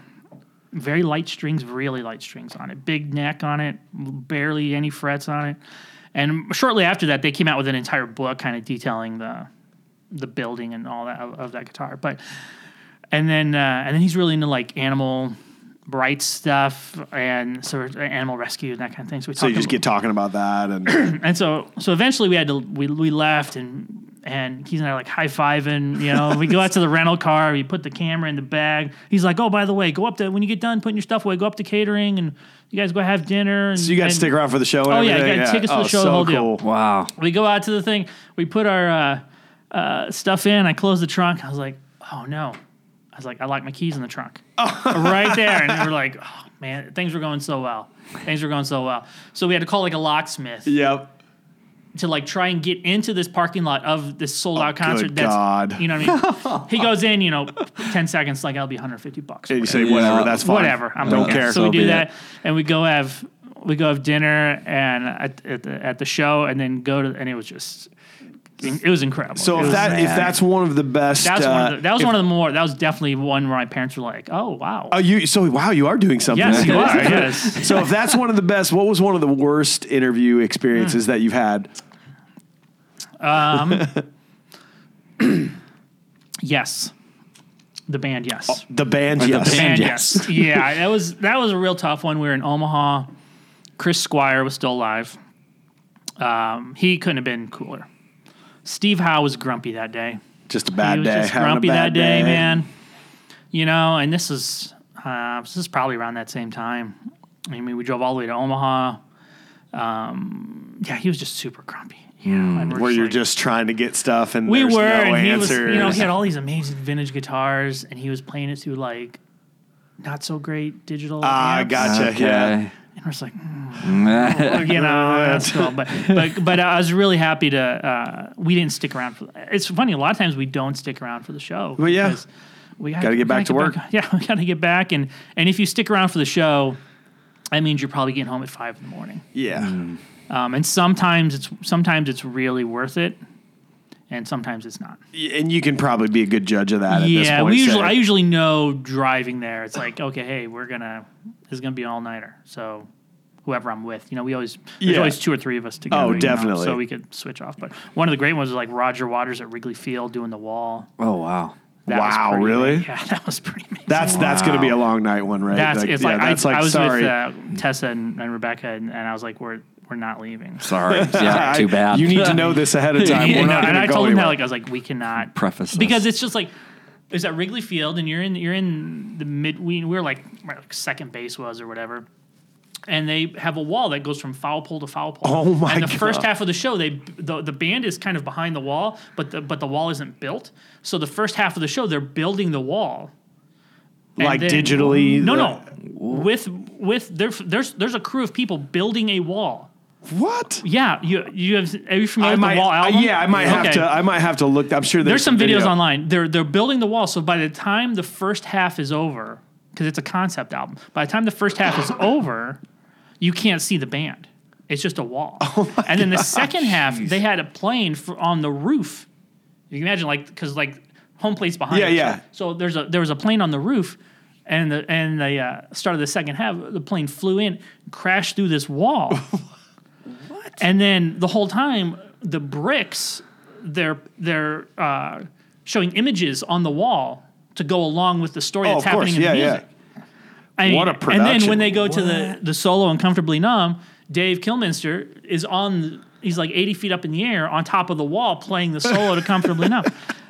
S4: very light strings, really light strings on it, big neck on it, barely any frets on it. And shortly after that, they came out with an entire book, kind of detailing the the building and all that of, of that guitar. But and then uh, and then he's really into like animal bright stuff and sort of animal rescue and that kind of thing. So we
S2: So you
S4: talked
S2: just
S4: ab-
S2: get talking about that, and [clears throat]
S4: and so so eventually we had to we, we left and and Keith and I are like high fiving, you know. we go out to the rental car, we put the camera in the bag. He's like, Oh, by the way, go up to when you get done putting your stuff away, go up to catering and you guys go have dinner and
S2: so you got
S4: and
S2: to stick around for the show. And
S4: Oh, yeah, you
S2: everything.
S4: got tickets for the
S2: Oh,
S4: show, the whole deal.
S3: Wow.
S4: we go out to the thing, we put our uh, uh, stuff in, I close the trunk, I was like, Oh no. I was like, I locked my keys in
S2: [laughs]
S4: the trunk.
S2: Oh.
S4: right there. And we're like, Oh man, things were going so well. Things were going so well. So we had to call like a locksmith
S2: Yep.
S4: to like try and get into this parking lot of this sold out concert.
S2: Oh, good
S4: that's
S2: God.
S4: you know what I mean.
S2: [laughs]
S4: he goes in, you know, ten seconds, like I'll be 150 bucks. or
S2: And you say
S3: Yeah.
S2: whatever. That's fine.
S4: Whatever, I'm
S2: Don't
S4: okay.
S2: care.
S4: So we
S3: So
S4: do
S3: be
S4: that,
S3: it.
S4: and we go have we go have dinner and at, at the at the show, and then go to and it was just it was incredible.
S2: So
S4: It
S2: if
S4: was-
S2: that if
S3: mad.
S2: that's one of the best,
S4: that's one
S2: uh,
S4: of the, that was
S2: if-
S4: one of the more that was definitely one where my parents were like, oh wow,
S2: Oh, you so wow, you are doing something.
S4: yes you
S2: All
S4: are,
S2: right. [laughs]
S4: yes.
S2: So if that's one of the best, what was one of the worst interview
S4: Mm.
S2: experiences that you've had?
S4: Yes, the band, yes.
S2: The band,
S3: the
S2: yes.
S3: band.
S4: And
S3: yes.
S4: yes. yeah, that was that was a real tough one. We were in Omaha. Chris Squire was still alive. Um, he couldn't have been cooler. Steve Howe was grumpy that day.
S2: Just a bad
S4: he was
S2: day.
S4: just
S2: having a
S4: grumpy that
S2: bad
S4: day, man. You know, and this is uh, this is probably around that same time. I mean, we drove all the way to Omaha. Um, yeah, he was just super grumpy. Yeah, and we're
S2: Where you're
S4: like-
S2: just trying to get stuff and
S4: we
S2: there's
S4: were,
S2: no
S4: and he
S2: answers.
S4: was, you know, he had all these amazing vintage guitars, and he was playing it to like not so great digital.
S2: Ah,
S4: amps.
S2: gotcha. Yeah.
S4: And we're just like,
S3: Okay.
S4: "Mm, you know,
S2: [laughs]
S4: that's cool. but but but I was really happy to. Uh, we didn't stick around for. It's funny. A lot of times we don't stick around for the show.
S2: Well, yeah.
S4: because we got
S2: Gotta get back to work.
S4: Yeah, [laughs] we got to get back, and and if you stick around for the show, that means you're probably getting home at five in the morning.
S2: Yeah.
S4: Um, and sometimes it's sometimes it's really worth it, and sometimes it's not.
S2: Y- And you can probably be a good judge of that at this
S4: Yeah,
S2: point.
S4: we usually
S2: say,
S4: I usually know driving there. It's like okay, hey, we're gonna this is gonna be an all nighter. So whoever I'm with, you know, we always there's
S2: Yeah.
S4: always two or three of us together.
S2: Oh,
S4: you know,
S2: definitely.
S4: so we could switch off. But one of the great ones was like Roger Waters at Wrigley Field doing the wall.
S3: Oh wow.
S4: That was [laughs]
S2: Wow,
S4: pretty-
S2: really?
S4: Yeah, that was pretty amazing.
S2: that's that's going to be a long night one, right?
S4: that's
S2: Like,
S4: it's
S2: yeah,
S4: like,
S2: that's
S4: I,
S2: like
S4: I was
S2: sorry.
S4: with uh, Tessa and, and Rebecca, and, and I was like, we're we're not
S2: [laughs]
S4: leaving.
S3: Sorry. Yeah. Too bad.
S2: You need to know this
S4: [laughs]
S2: ahead of time.
S4: Yeah,
S2: We're
S4: no,
S2: not
S4: and
S2: going
S4: I
S2: to go
S4: told him
S2: anywhere.
S4: that like I was like, we cannot
S3: Preface this.
S4: because it's just like it's at Wrigley Field and you're in you're in the mid we, we were like, where, like second base was or whatever. And they have a wall that goes from foul pole to foul pole.
S2: Oh, my
S4: And the first
S2: God.
S4: half of the show, they the, the band is kind of behind the wall, but the but the wall isn't built. So the first half of the show, they're building the wall. And
S2: Like
S4: then-
S2: digitally.
S4: No,
S2: the-
S4: no. With with there, there's there's a crew of people building a wall.
S2: What?
S4: Yeah, you you have are you familiar with
S2: might,
S4: the wall
S2: I-
S4: album?
S2: yeah, I might have
S4: Okay.
S2: to. I might have to look. I'm sure
S4: There's
S2: there's,
S4: some videos
S2: video.
S4: online. They're they're building the wall. So by the time the first half is over, because it's a concept album, by the time the first half is over, you can't see the band. It's just
S2: [laughs]
S4: a wall.
S2: Oh
S4: and then the second half, they had a plane for, on the roof. You can imagine, like, because like home plate's behind.
S2: Yeah,
S4: us.
S2: yeah.
S4: So there's a there was a plane on the roof, and the and the uh, start of the second half, the plane flew in, crashed through this wall. And then the whole time, the bricks they're they're uh, showing images on the wall to go along with the story
S2: Oh,
S4: that's
S2: of course.
S4: happening in
S2: Yeah,
S4: the
S2: yeah.
S4: music. I mean,
S2: What a
S4: And
S2: production.
S4: then when they go to the the solo and comfortably numb, Dave Kilminster is on. He's like eighty feet up in the air on top of the wall playing the
S2: [laughs]
S4: solo to comfortably numb.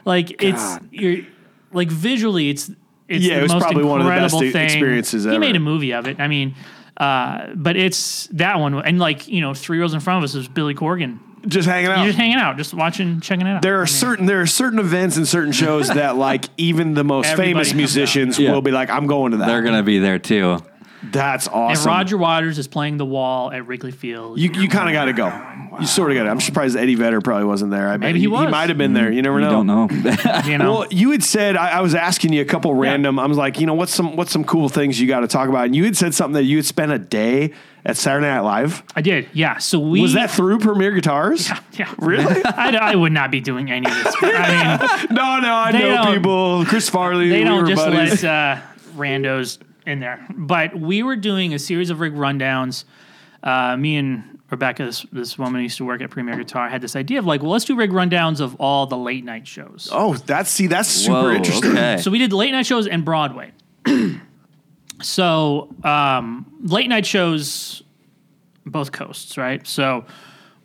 S4: Like it's
S3: God.
S4: you're like visually it's it's
S2: Yeah,
S4: the
S2: it was
S4: most
S2: probably one of the best
S4: incredible
S2: e-
S4: thing.
S2: experiences
S4: He made
S2: ever.
S4: a movie of it. I mean, uh, but it's that one and like you know three rows in front of us is Billy Corgan.
S2: Just hanging out.
S4: You're just hanging out, just watching, checking it out.
S2: Oh. there are certain there are certain events and certain shows
S4: [laughs]
S2: that like even the most
S4: Everybody
S2: famous
S4: comes
S2: musicians
S3: out. Yeah.
S2: will be like, I'm going to that.
S3: They're gonna be there too.
S2: That's
S4: and
S2: awesome.
S4: Roger Waters is playing the wall at Wrigley Field.
S2: you you kind of got to go. You sort of got to. I'm surprised Eddie Vedder probably wasn't there. I bet
S4: Maybe he was.
S2: might have been there. You never know.
S3: I don't know.
S4: you know,
S2: Well, you had said I, I was asking you a couple random. I was like, you know, what's some what's some cool things you got to talk about? And you had said something that you had spent a day at Saturday Night Live.
S4: I did. Yeah. So we
S2: Was that through Premier Guitars?
S4: Yeah.
S2: Really?
S4: [laughs] I, I would not be doing any of this. I
S2: [laughs] [laughs]
S4: mean,
S2: No, no, I
S4: They
S2: know
S4: don't-
S2: people. Chris Farley,
S4: they
S2: we
S4: don't
S2: were
S4: just
S2: buddies.
S4: let uh, randos in there. But we were doing a series of rig rundowns. Uh, me and Rebecca, this, this woman who used to work at Premier Guitar, had this idea of like, well, let's do rig rundowns of all the late night shows.
S2: Oh, that's see, that's super
S3: Whoa,
S2: interesting.
S3: Okay.
S4: So we did late night shows and Broadway. [clears throat] So um, late night shows, both coasts, right? So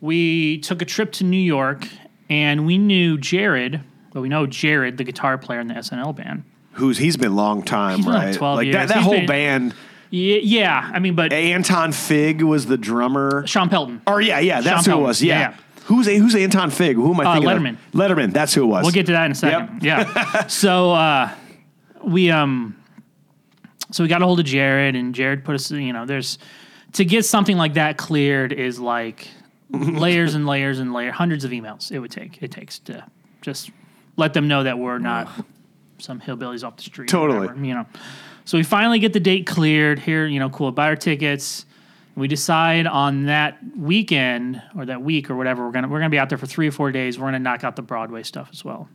S4: we took a trip to New York, and we knew Jared. Well, we know Jared, the guitar player in the SNL band.
S2: Who's he's been long time,
S4: been like
S2: right?
S4: 12
S2: like that,
S4: years.
S2: that
S4: He's
S2: whole
S4: been-
S2: band.
S4: Yeah, yeah. I mean, but
S2: Anton Fig was the drummer.
S4: Sean Pelton.
S2: Or yeah, yeah, that's
S4: Sean
S2: who
S4: Pelton.
S2: it was. Yeah.
S4: Yeah,
S2: Who's who's Anton Fig? Who am I
S4: Uh,
S2: thinking? of?
S4: Letterman.
S2: Letterman. That's who it was.
S4: We'll get to that in a second. Yeah. so uh, we um, so we got a hold of Jared, and Jared put us. You know, there's to get something like that cleared is like layers and layers and layers, hundreds of emails. It would take. It takes to just let them know that we're not some hillbillies off the street. or
S2: Totally.
S4: whatever, you know. So we finally get the date cleared. Here, you know, cool. Buy our tickets. We decide on that weekend or that week or whatever. We're gonna we're gonna be out there for three or four days. We're gonna knock out the Broadway stuff as well.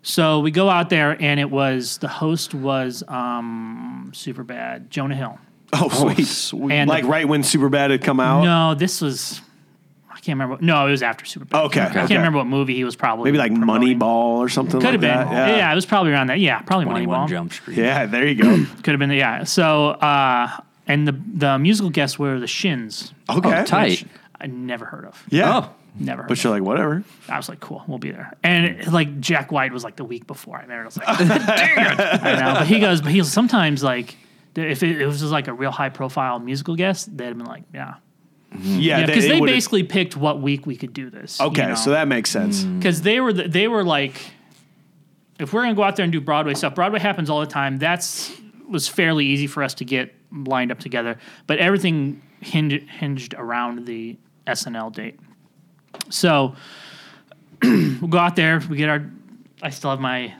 S4: So we go out there, and it was the host was um, super bad Jonah Hill.
S2: Oh, sweet. sweet.
S4: And-
S2: like right when Superbad had come out.
S4: No, this was I can't remember. What, no, it was after Super. Bad.
S2: Okay,
S4: I can't
S2: okay.
S4: remember what movie he was probably
S2: Maybe like
S4: promoting.
S2: Moneyball or something
S4: Could have
S2: like
S4: been.
S2: that.
S4: Yeah. it was probably around that. Yeah, probably
S3: Twenty-one
S4: Moneyball.
S3: Jump Street.
S2: Yeah, there you
S4: [clears throat]
S2: go.
S4: Could have been. Yeah. So uh, and the the musical guests were the Shins.
S2: Okay.
S3: Oh, tight.
S4: I never heard of.
S2: Yeah.
S3: Oh,
S4: Never. Heard
S2: But you're like, whatever.
S4: I was like, cool, we'll be there. And like Jack White was like the week before. I remember I was
S2: [laughs]
S4: like, dang it. I know. But he goes, but he's sometimes like, if it, it was just like a real high profile musical guest, they'd have been like, yeah.
S2: Yeah,
S4: Yeah, because they,
S2: would've-
S4: basically picked what week we could do this.
S2: Okay, so that makes sense.
S4: Because they were, the, they were like, if we're going to go out there and do Broadway stuff, Broadway happens all the time. That's was fairly easy for us to get lined up together. But everything hinged, hinged around the SNL date. So [clears throat] we'll go out there. We get our. I still have my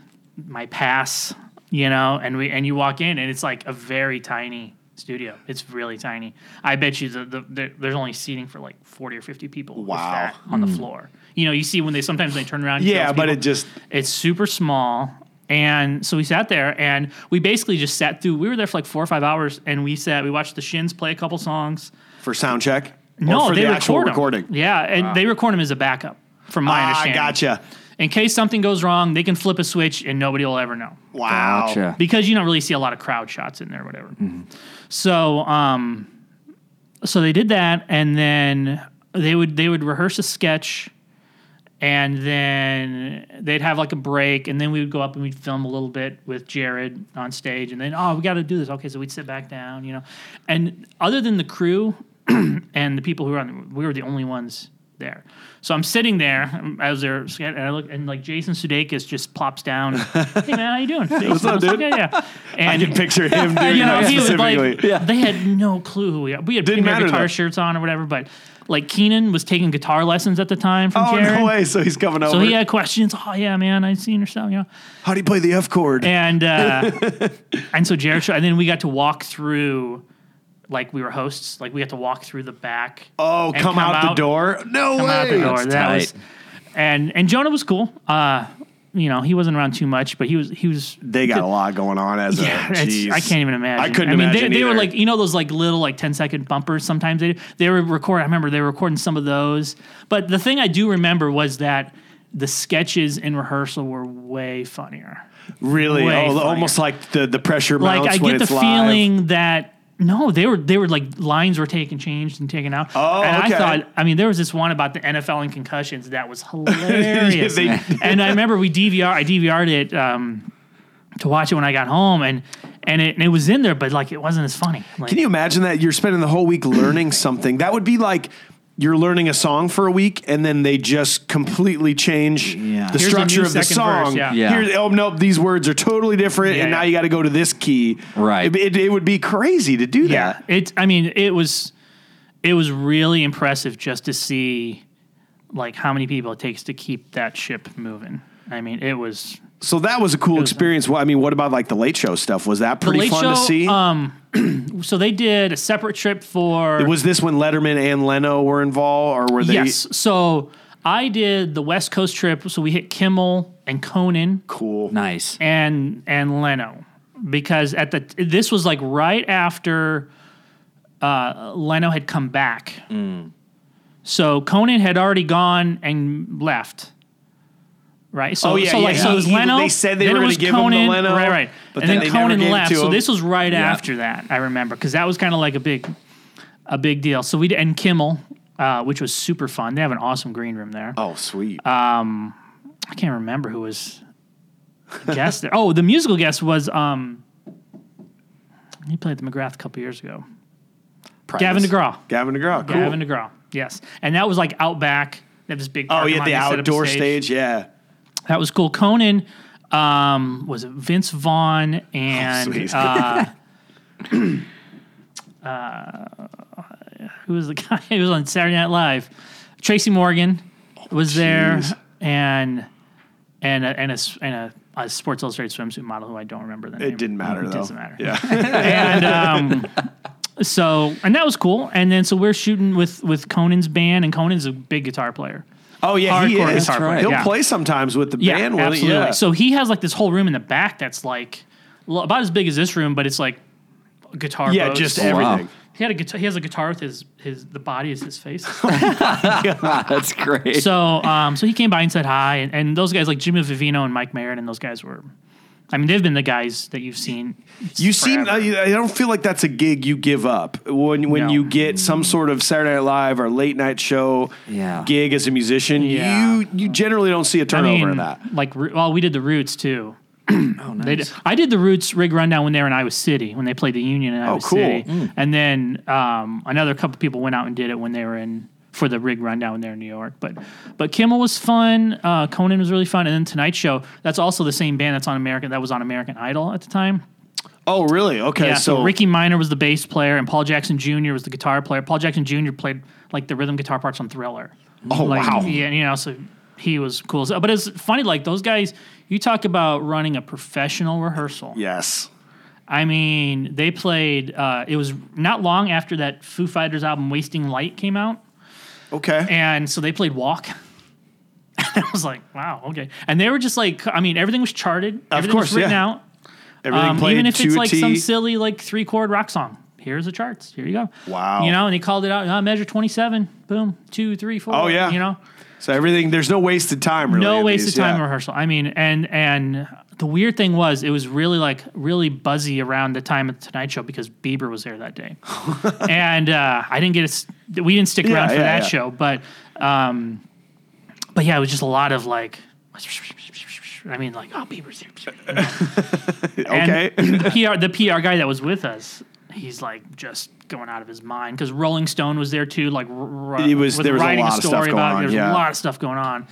S4: my pass, you know, and we and you walk in and it's like a very tiny studio. It's really tiny. I bet you the, the, the there's only seating for like forty or fifty people. if
S2: Wow.
S4: that, on the floor. You know, you see when they sometimes they turn around. and show
S2: Yeah,
S4: us
S2: but
S4: people.
S2: it just
S4: It's super small. And so we sat there and we basically just sat through. We were there for like four or five hours and we sat, we watched the Shins play a couple songs.
S2: for sound check.
S4: No,
S2: or for
S4: they
S2: the
S4: record
S2: actual
S4: 'em.
S2: recording.
S4: Yeah, and they record them as a backup, from my
S2: ah,
S4: understanding.
S2: gotcha.
S4: In case something goes wrong, they can flip a switch and nobody will ever know
S2: Wow.
S3: Gotcha.
S4: because you don't really see a lot of crowd shots in there, or whatever.
S2: Mm-hmm.
S4: So, um, so they did that, and then they would they would rehearse a sketch, and then they'd have like a break, and then we would go up and we'd film a little bit with Jared on stage, and then oh we got to do this, okay, so we'd sit back down, you know, and other than the crew [clears throat] and the people who were on, we were the only ones there. So I'm sitting there um, as they're scan- and I look and like Jason Sudeikis just
S2: [laughs]
S4: plops down. hey man, how you doing? What's
S2: up, dude?
S4: Yeah, yeah. And
S2: I can picture
S4: [laughs]
S2: him doing
S4: you know,
S2: that
S4: he was
S2: specifically.
S4: like, they had no clue who we are. We had
S2: Didn't
S4: pink
S2: matter,
S4: guitar
S2: though.
S4: shirts on or whatever, but like Keenan was taking guitar lessons at the time from
S2: oh
S4: Jared.
S2: no way! So he's coming over.
S4: So he had questions. Oh yeah, man, I seen your stuff, you know.
S2: How do you play the F chord?
S4: And
S2: [laughs]
S4: uh, and so Jared showed, and then we got to walk through, like we were hosts, like we got to walk through the back.
S2: oh,
S4: and
S2: come, out, the door! No
S4: Come
S2: way!
S4: out the door.
S3: That's
S4: That
S3: tight.
S4: was, and and Jonah was cool. Uh, you know, he wasn't around too much, but he was he was
S2: They got a lot going on as
S4: Yeah,
S2: a.
S4: it's-
S2: Jeez.
S4: I can't even imagine.
S2: I couldn't
S4: I mean,
S2: imagine
S4: they, they were
S2: either.
S4: like you know those like little like 10 second bumpers. Sometimes they they were record. I remember they were recording some of those. But the thing I do remember was that the sketches in rehearsal were way funnier.
S2: Really?
S4: way
S2: Oh,
S4: funnier.
S2: almost like the the pressure
S4: Like
S2: mounts
S4: I
S2: when
S4: get the
S2: it's live.
S4: feeling that. No, they were they were like lines were taken, changed, and taken out.
S2: Oh,
S4: and
S2: okay.
S4: I thought, I mean, there was this one about the NFL and concussions
S2: [laughs]
S4: that was hilarious.
S2: they-
S4: and I remember we DVR, I DVR'd it um, to watch it when I got home, and and it, and it was in there, but like it wasn't as funny. Like,
S2: Can you imagine that you're spending the whole week
S4: [clears throat]
S2: learning something? That would be like you're learning a song for a week and then they just completely change
S3: Yeah.
S2: the
S4: Here's a
S2: structure
S4: new
S2: of the
S4: second
S2: song.
S4: verse, yeah.
S3: Yeah.
S2: Here- oh nope, these words are totally different
S4: Yeah,
S2: and now
S4: yeah.
S2: you got to go to this key.
S3: Right.
S2: It, it- it would be crazy to do
S4: yeah,
S2: that.
S4: it. I mean, it was it was really impressive just to see like how many people it takes to keep that ship moving. I mean, it was
S2: So that was a cool experience. Well, I mean, what about like the late show stuff? Was that pretty
S4: Late
S2: fun to
S4: Show, uh, um,
S2: see?
S4: [clears throat] so they did a separate trip for
S2: was this when Letterman and Leno were involved or were they
S4: yes. So I did the West Coast trip. So we hit Kimmel and Conan
S2: cool?
S3: Nice.
S4: and and Leno because at the this was like right after uh, Leno had come back.
S2: Mm.
S4: So Conan had already gone and left. right? So,
S2: Oh, yeah,
S4: so
S2: yeah,
S4: like,
S2: yeah.
S4: so it was
S2: He-
S4: Leno.
S2: they said they
S4: then
S2: were
S4: it
S2: gonna
S4: was
S2: give him the
S4: Conan,
S2: Leno,
S4: right, right.
S2: but
S4: and
S2: then
S4: then,
S2: they never
S4: Conan
S2: gave it
S4: left,
S2: to
S4: so
S2: him.
S4: this was right
S3: Yeah.
S4: after that. I remember because that was kind of like a big, a big deal. So we and Kimmel, uh, which was super fun. They have an awesome green room there.
S2: Oh, sweet.
S4: Uh, I can't remember who was the guest there. Oh, the musical guest was um, he played the McGrath a couple years ago.
S2: Primus.
S4: Gavin DeGraw.
S2: Gavin DeGraw. Cool.
S4: Gavin DeGraw, yes, and that was like out back. They have this big.
S2: oh,
S4: parking
S2: yeah,
S4: lot,
S2: the
S4: they set up a
S2: outdoor stage. Yeah.
S4: That was cool. Conan um, was it Vince Vaughn and
S2: Oh, sweet.
S4: uh, uh, who was the guy [laughs] who was on Saturday Night Live? Tracy Morgan was there,
S2: Oh, jeez.
S4: and and a, and a s- and a, a Sports Illustrated swimsuit model who I don't remember the name.
S2: [laughs] It didn't matter,
S4: It
S2: though.
S4: doesn't matter.
S2: Yeah.
S4: And um, so and that was cool. And then so we're shooting with with Conan's band, and Conan's a big guitar player.
S2: oh, yeah, he
S4: Hardcore
S2: is.
S4: guitar
S3: player,
S2: He'll
S4: yeah.
S2: play sometimes with the band. won't he?
S4: absolutely.
S2: Yeah.
S4: So he has like this whole room in the back that's like l- about as big as this room, but it's like guitar.
S2: yeah,
S4: boats.
S2: just
S3: Oh, wow.
S2: everything.
S4: he had a guitar. He has a guitar with his his the body is
S2: [laughs]
S4: his face.
S3: That's great.
S4: so um, so he came by and said hi, and, and those guys like Jimmy Vivino and Mike Merritt, and those guys were. I mean, they've been the guys that you've seen.
S2: You seem.
S4: forever.
S2: I, I don't feel like that's a gig you give up when when
S4: No.
S2: you get some sort of Saturday Night Live or late night show
S3: Yeah.
S2: gig as a musician.
S4: Yeah.
S2: You you generally don't see a
S4: I
S2: turnover
S4: mean,
S2: in that.
S4: like Ro- well, we did the
S2: [clears throat]
S4: Roots too.
S3: oh,
S4: They did, I did the Roots rig rundown when they were in Iowa City when they played the Union in Iowa
S2: Oh, cool. Mm.
S4: City, and then um, another couple people went out and did it when they were in for the rig rundown when they were in New York. But but Kimmel was fun. Uh, Conan was really fun, and then Tonight Show. That's also the same band that's on American that was on American Idol at the time.
S2: Oh, really? Okay.
S4: Yeah, so,
S2: so
S4: Ricky Miner was the bass player, and Paul Jackson Jr. was the guitar player. Paul Jackson Jr. played like the rhythm guitar parts on Thriller.
S2: Oh,
S4: like,
S2: wow.
S4: Yeah, and, you know, so he was cool. So- But it's funny, like those guys. You talk about running a professional rehearsal.
S2: Yes.
S4: I mean, they played. Uh, it was not long after that Foo Fighters album "Wasting Light" came out,
S2: Okay.
S4: and so they played "Walk." [laughs] I was like, "Wow, okay." And they were just like, I mean, everything was charted. Everything
S2: course,
S4: was written
S2: yeah.
S4: out.
S2: Everything
S4: Um,
S2: played
S4: even if
S2: to
S4: it's
S2: a
S4: like
S2: T.
S4: some silly like three chord rock song. Here's the charts. Here you go.
S2: Wow.
S4: You know, and he called it out. "Uh, measure twenty seven. Boom. Two, three, four.
S2: Oh, yeah.
S4: You know,
S2: so everything. There's no wasted time. Really.
S4: no
S2: in
S4: waste
S2: these,
S4: of time in
S2: yeah.
S4: rehearsal. I mean, and and the weird thing was, it was really like really buzzy around the time of the Tonight Show because Bieber was there
S2: [laughs]
S4: that day, and uh, I didn't get a s We didn't stick
S2: Yeah,
S4: around for
S2: yeah,
S4: that
S2: yeah.
S4: show, but um, but yeah, it was just a lot of like. I mean, like, oh, Bieber's here.
S2: Okay. [laughs]
S4: And the PR, the PR guy that was with us, he's like just going out of his mind because Rolling Stone was there too. Like, r- r-
S2: It was-
S4: with
S2: there was a
S4: writing
S2: lot of stuff
S4: story
S2: going
S4: about-
S2: on,
S4: There's
S2: yeah.
S4: a lot of stuff going on,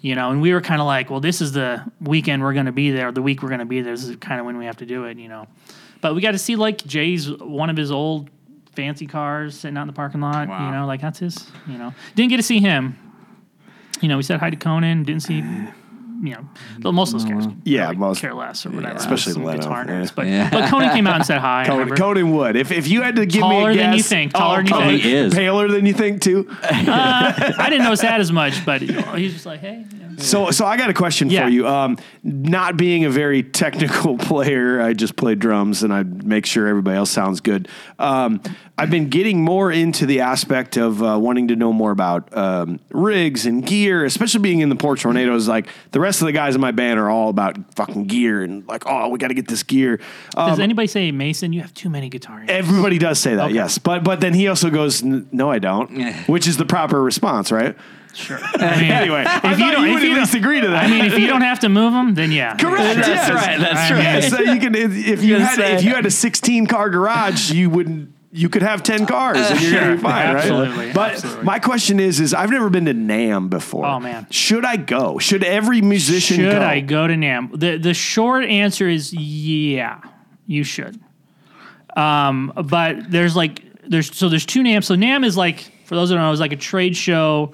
S4: you know. And we were kind of like, well, this is the weekend we're going to be there. The week we're going to be there. This is kind of when we have to do it, you know. But we got to see like Jay's one of his old fancy cars sitting out in the parking lot.
S3: Wow.
S4: You know, like that's his. You know, didn't get to see him. You know, we said hi to Conan. Didn't see. You know, but most of those guys
S2: Mm-hmm. Yeah,
S4: probably
S2: most-
S4: care less or whatever.
S2: Especially
S4: Uh, Some
S2: Leno,
S4: guitar
S2: yeah.
S4: nerds, but
S3: Yeah.
S4: but Conan came out and said hi. I
S2: Conan,
S4: remember.
S2: Conan would. If, if you had to give
S4: Taller
S2: me a
S4: than
S2: guess,
S4: you think, taller than you
S2: Conan-
S3: think. He is.
S2: paler than you think too.
S4: I didn't notice that as much, but you know, he's just like, hey. you know.
S2: So, so I got a question
S4: Yeah.
S2: for you. Um, not being a very technical [laughs] player, I just play drums and I make sure everybody else sounds good. Um, I've been getting more into the aspect of uh, wanting to know more about um, rigs and gear, especially being in the Port Tornadoes. Like the rest of the guys in my band are all about fucking gear and like, oh, we got to get this gear. Um,
S4: Does anybody say Mason? You have too many guitars.
S2: Everybody does say that, yes. But but then he also goes, "N- "No, I don't," which is the proper response, right?
S4: Sure. I mean,
S2: Anyway, if
S4: you don't- if
S2: would
S4: you
S2: at
S4: don't-
S2: least agree to that.
S4: I mean, if you don't have to move them, then yeah.
S2: Correct.
S3: That's
S2: yes.
S3: right, that's
S2: I mean,
S3: right.
S2: So you can, if, if you
S3: Gonna
S2: had
S3: say-
S2: if you had a 16 car garage, you wouldn't. You could have 10 cars and you're gonna be
S4: Sure.
S2: fine,
S4: Absolutely,
S2: right? But
S4: absolutely.
S2: my question is, is I've never been to Nam before.
S4: Oh, man.
S2: should I go? Should every musician
S4: Should
S2: go?
S4: I go to Nam? The the short answer is yeah, you should. Um, but there's like there's so there's two Nam. So Nam is like for those that don't know, is like a trade show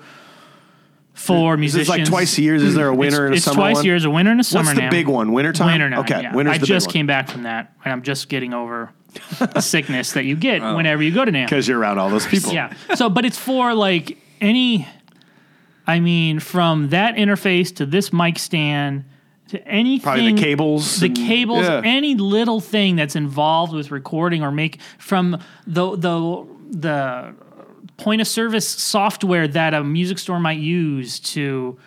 S4: for
S2: Is this
S4: musicians.
S2: like twice a year? Is there a winter and a
S4: it's
S2: summer
S4: twice
S2: one?
S4: a year. There's a winter and a summer.
S2: What's the
S4: Nam.
S2: big one? Winter time.
S4: Winter Nam.
S2: Okay,
S4: yeah.
S2: winter's
S4: I
S2: the
S4: just
S2: big
S4: came back from that, and I'm just getting
S2: [laughs]
S4: over the sickness that you get whenever you go to Nam.
S2: because you're around all those people.
S4: Yeah. So, but it's for like any, I mean, from that interface to this mic stand to anything.
S2: Probably the cables.
S4: The
S2: and-
S4: cables,
S2: yeah.
S4: any little thing that's involved with recording or make from the the the point of service software that a music store might use to.